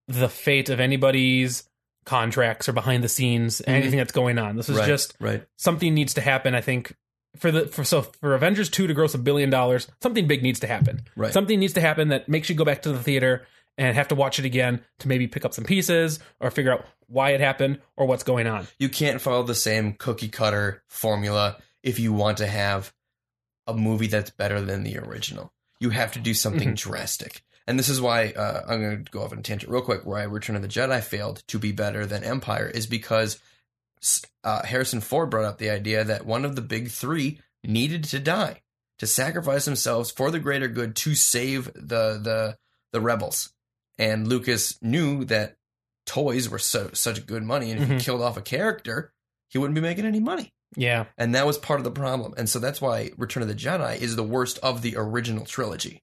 Speaker 2: the fate of anybody's contracts or behind the scenes, anything that's going on. This is
Speaker 1: right,
Speaker 2: just
Speaker 1: right.
Speaker 2: something needs to happen. I think for the for so for Avengers two to gross a billion dollars, something big needs to happen.
Speaker 1: Right.
Speaker 2: Something needs to happen that makes you go back to the theater and have to watch it again to maybe pick up some pieces or figure out why it happened or what's going on.
Speaker 1: You can't follow the same cookie cutter formula if you want to have a movie that's better than the original. You have to do something drastic. And this is why uh, I'm going to go off on a tangent real quick. Why Return of the Jedi failed to be better than Empire is because s- uh, Harrison Ford brought up the idea that one of the big three needed to die, to sacrifice themselves for the greater good to save the the the rebels. And Lucas knew that toys were so such good money, and if
Speaker 2: Mhm.
Speaker 1: he killed off a character, he wouldn't be making any money.
Speaker 2: Yeah.
Speaker 1: And that was part of the problem. And so that's why Return of the Jedi is the worst of the original trilogy.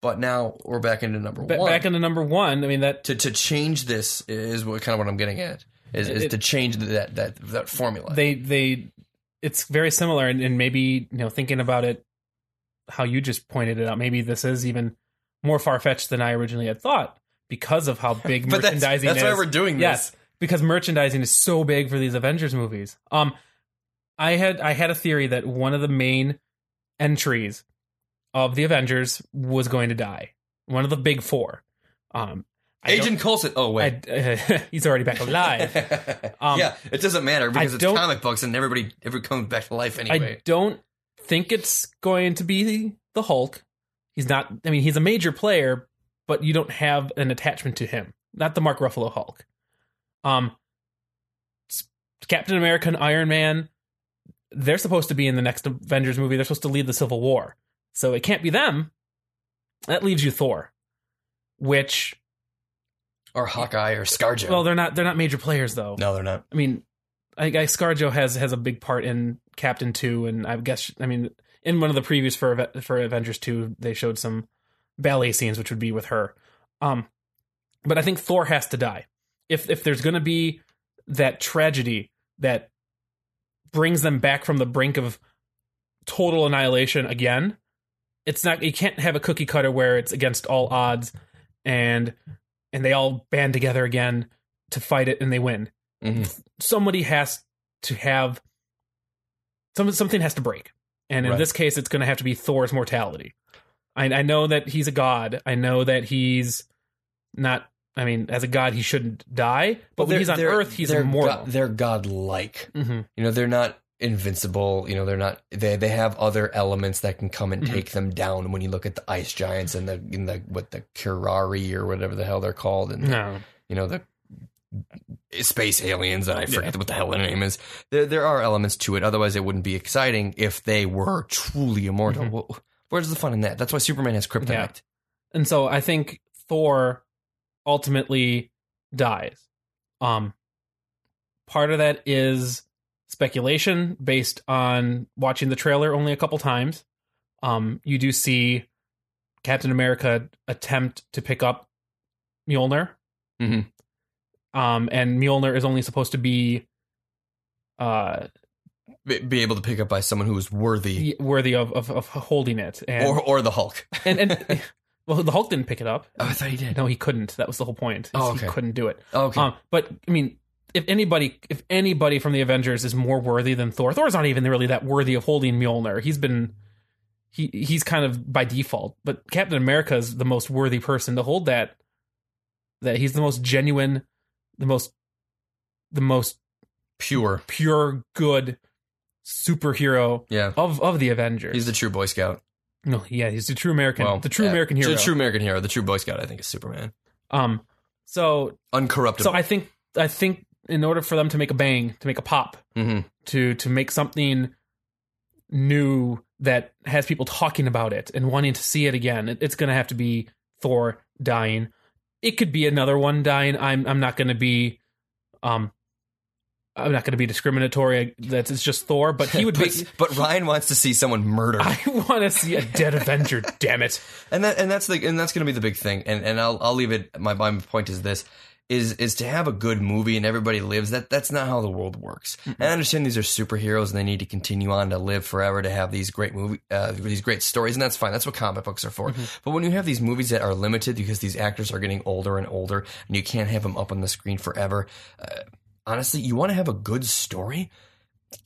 Speaker 1: But now we're back into number
Speaker 2: Ba-
Speaker 1: one.
Speaker 2: back into number one. I mean that
Speaker 1: to to change this is what kind of what I'm getting at. Is, is
Speaker 2: It-
Speaker 1: to change that that that formula.
Speaker 2: they they it's very similar and, and maybe you know thinking about it how you just pointed it out maybe this is even more far-fetched than i originally had thought because of how big
Speaker 1: but that's,
Speaker 2: merchandising
Speaker 1: that's
Speaker 2: is
Speaker 1: why we're doing
Speaker 2: yes
Speaker 1: this.
Speaker 2: because merchandising is so big for these avengers movies um i had i had a theory that one of the main entries of the avengers was going to die one of the big four um I don't-
Speaker 1: Agent Coulson. Oh wait.
Speaker 2: I- he's already back alive Um,
Speaker 1: yeah, it doesn't matter because it's
Speaker 2: don't-
Speaker 1: comic books and everybody ever comes back to life
Speaker 2: I
Speaker 1: anyway.
Speaker 2: don't think it's going to be the Hulk. He's not. I mean, he's a major player, but you don't have an attachment to him. Not the Mark Ruffalo Hulk. Um, s- Captain America and Iron Man. They're supposed to be in the next Avengers movie. They're supposed to lead the Civil War, so it can't be them. That leaves you Thor, which
Speaker 1: or Hawkeye or ScarJo.
Speaker 2: well, they're not. They're not major players though.
Speaker 1: no, they're not.
Speaker 2: I mean, I guess ScarJo has has a big part in Captain Two, and I guess I mean in one of the previews for Ave- for Avengers Two, they showed some ballet scenes, which would be with her. Um, but I think Thor has to die if if there's going to be that tragedy that brings them back from the brink of total annihilation again. It's not you can't have a cookie cutter where it's against all odds and and they all band together again to fight it and they win
Speaker 1: Mhm.
Speaker 2: somebody has to have some, something has to break and in
Speaker 1: Right.
Speaker 2: this case it's going to have to be thor's mortality I, I know that he's a god i know that he's not i mean as a god he shouldn't die but when
Speaker 1: They're-
Speaker 2: he's on
Speaker 1: they're-
Speaker 2: earth he's
Speaker 1: they're
Speaker 2: immortal
Speaker 1: go- they're godlike.
Speaker 2: hmm
Speaker 1: you know they're not invincible you know they're not they they have other elements that can come and
Speaker 2: Mhm.
Speaker 1: take them down when you look at the ice giants and the in the what the kirari or whatever the hell they're called and
Speaker 2: no
Speaker 1: you know the space aliens and i forget what the hell their name is there there are elements to it otherwise it wouldn't be exciting if they were truly immortal
Speaker 2: Mhm.
Speaker 1: Well, where's the fun in that that's why superman has kryptonite
Speaker 2: Yeah. and so I think Thor ultimately dies. Um, part of that is speculation based on watching the trailer only a couple times. Um, you do see Captain America attempt to pick up Mjolnir,
Speaker 1: Mhm.
Speaker 2: um, and Mjolnir is only supposed to be uh,
Speaker 1: Be- be able to pick up by someone who is worthy
Speaker 2: worthy of, of of holding it, and
Speaker 1: or or the hulk
Speaker 2: and, and well, the Hulk didn't pick it up.
Speaker 1: oh i thought he did
Speaker 2: No, he couldn't. That was the whole point. is
Speaker 1: Oh, okay.
Speaker 2: He couldn't do it.
Speaker 1: okay
Speaker 2: Um, but I mean, if anybody, if anybody from the Avengers is more worthy than Thor, Thor's not even really that worthy of holding Mjolnir. He's been, he he's kind of by default. But Captain America is the most worthy person to hold that. That he's the most genuine, the most, the most
Speaker 1: pure
Speaker 2: pure good superhero
Speaker 1: yeah
Speaker 2: of of the Avengers.
Speaker 1: he's the true boy scout
Speaker 2: no, yeah, he's the true American, the true
Speaker 1: yeah.
Speaker 2: American hero.
Speaker 1: The true American hero. The true Boy Scout, I think, is Superman.
Speaker 2: um, so
Speaker 1: Uncorruptible.
Speaker 2: so I think I think in order for them to make a bang, to make a pop,
Speaker 1: Mhm.
Speaker 2: to to make something new that has people talking about it and wanting to see it again. It- it's going to have to be Thor dying. It could be another one dying. I'm I'm not going to be um I'm not going to be discriminatory. That's it's just Thor, but he would
Speaker 1: but,
Speaker 2: be
Speaker 1: but Ryan wants to see someone murdered,
Speaker 2: I want to see a dead Avenger, damn it.
Speaker 1: and that and that's the and that's going to be the big thing. And and I'll I'll leave it. My my point is this: is is to have a good movie and everybody lives. That that's not how the world works. And I understand these are superheroes and they need to continue on to live forever to have these great movie uh, these great stories, and that's fine. That's what comic books are for.
Speaker 2: Mm-hmm.
Speaker 1: But when you have these movies that are limited because these actors are getting older and older, and you can't have them up on the screen forever, uh, honestly, you want to have a good story.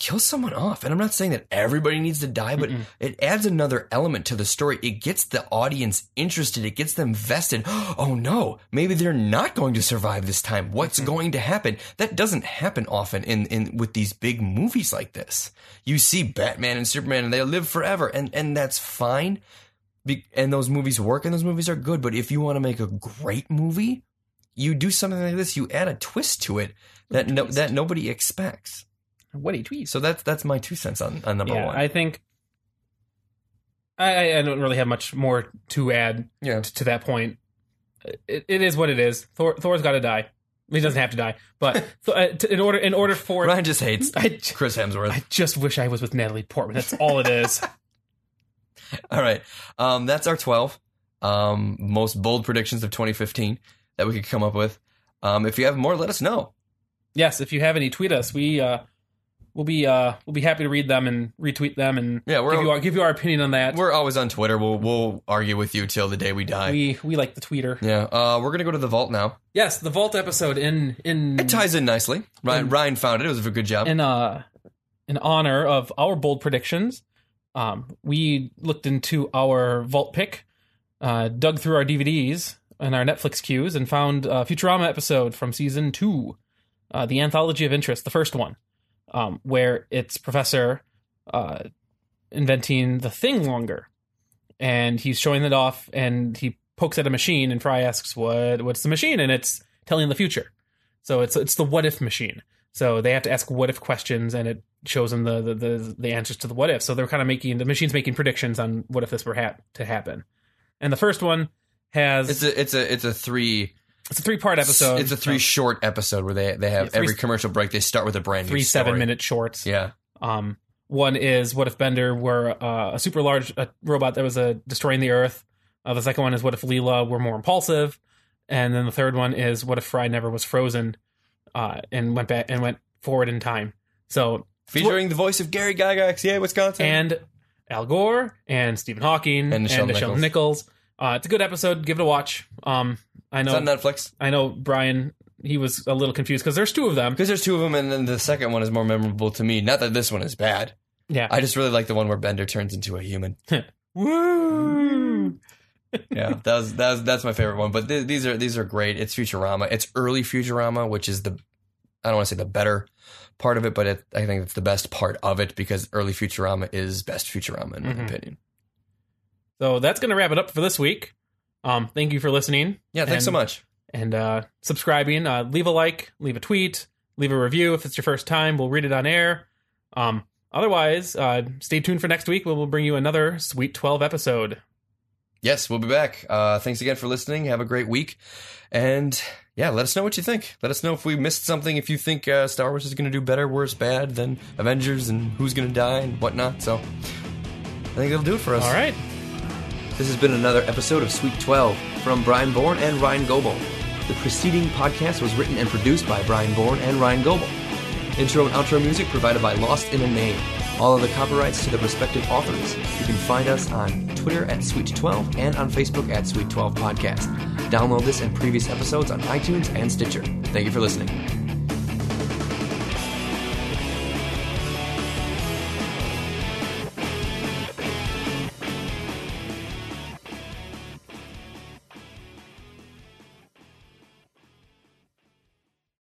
Speaker 1: Kill someone off, and I'm not saying that everybody needs to die, but it adds another element to the story. It gets the audience interested. It gets them vested. Oh no, maybe they're not going to survive this time. What's going to happen? That doesn't happen often in, in with these big movies like this. You see Batman and Superman and they live forever and, and that's fine. Be- and those movies work and those movies are good. But if you want to make a great movie, you do something like this. You add a twist to it that no, that nobody expects.
Speaker 2: What a tweet.
Speaker 1: So that's that's my two cents on, on number
Speaker 2: yeah,
Speaker 1: one.
Speaker 2: I think I, I- I don't really have much more to add
Speaker 1: yeah.
Speaker 2: t- to that point. It, it is what it is. Thor, Thor's got to die. He doesn't have to die, but so, uh, t- in order in order for
Speaker 1: Ryan just hates
Speaker 2: I, j-
Speaker 1: Chris Hemsworth.
Speaker 2: I just wish I was with Natalie Portman. That's all it is.
Speaker 1: All right. Um, that's our 12 um, most bold predictions of 2015 that we could come up with. Um, if you have more, let us know.
Speaker 2: yes, if you have any, tweet us. We uh, we'll be uh, we'll be happy to read them and retweet them and
Speaker 1: Yeah, we're-
Speaker 2: give you our, give you our opinion on that.
Speaker 1: We're always on Twitter. We'll we'll argue with you till the day we die.
Speaker 2: We we like the tweeter.
Speaker 1: yeah. Uh, we're gonna go to the vault now.
Speaker 2: Yes, the vault episode in in
Speaker 1: It ties in nicely. Ryan
Speaker 2: Mm. And-
Speaker 1: Ryan found it. It was a good job.
Speaker 2: in uh in honor of our bold predictions um we looked into our vault pick uh dug through our dvds and our netflix queues and found a futurama episode from season two uh the anthology of interest the first one um where it's professor uh inventing the thing longer and he's showing it off and he pokes at a machine and fry asks what what's the machine and it's telling the future so it's it's the what if machine so they have to ask what if questions, and it shows them the the, the, the answers to the what if. So they're kind of making the machine's making predictions on what if this were hap- to happen. And the first one has
Speaker 1: it's
Speaker 2: it's a,
Speaker 1: a it's a it's a three
Speaker 2: three part episode.
Speaker 1: It's a three
Speaker 2: so
Speaker 1: short episode where they they have
Speaker 2: Yeah, three-
Speaker 1: every commercial break. They start with a brand
Speaker 2: three
Speaker 1: new story.
Speaker 2: seven minute shorts.
Speaker 1: Yeah.
Speaker 2: Um, one is what if Bender were uh, a super large uh robot that was uh, destroying the Earth. Uh, the second one is what if Leela were more impulsive, and then the third one is what if Fry never was frozen, uh, and went back and went forward in time. So
Speaker 1: Featuring the voice of Gary Gygax. Yeah, Wisconsin.
Speaker 2: and Al Gore and Stephen Hawking
Speaker 1: And
Speaker 2: and
Speaker 1: Nichelle
Speaker 2: Nichelle, Nichols. Uh, it's a good episode. Give it a watch. Um, I
Speaker 1: it's
Speaker 2: know.
Speaker 1: on Netflix
Speaker 2: I know Brian. He was a little confused because there's two of them.
Speaker 1: because there's two of them, and then the second one is more memorable to me. Not that this one is bad.
Speaker 2: Yeah.
Speaker 1: I just really like the one where Bender turns into a human.
Speaker 2: Woo!
Speaker 1: Yeah, that was, that was, that's my favorite one. But th- these are these are great. It's Futurama. It's early Futurama, which is the I don't want to say the better part of it, but it, I think it's the best part of it because early Futurama is best Futurama in my
Speaker 2: Mhm.
Speaker 1: opinion.
Speaker 2: So that's gonna wrap it up for this week. Um, thank you for listening
Speaker 1: Yeah, thanks
Speaker 2: And-
Speaker 1: so much.
Speaker 2: and uh, subscribing. Uh, leave a like, leave a tweet, leave a review if it's your first time. We'll read it on air. Um, otherwise, uh, stay tuned for next week. We will bring you another Sweet Twelve episode.
Speaker 1: Yes, we'll be back. Uh, thanks again for listening. Have a great week, and yeah, let us know what you think. Let us know if we missed something. If you think uh, Star Wars is going to do better, worse, bad than Avengers, and who's going to die and whatnot. So, I think that'll do it for us.
Speaker 2: All right.
Speaker 1: This has been another episode of Sweet 12 from Brian Bourne and Ryan Goebel. The preceding podcast was written and produced by Brian Bourne and Ryan Goebel. Intro and outro music provided by Lost in a Name. All of the copyrights to the respective authors. You can find us on Twitter at Sweet 12 and on Facebook at Sweet 12 Podcast. Download this and previous episodes on iTunes and Stitcher. Thank you for listening.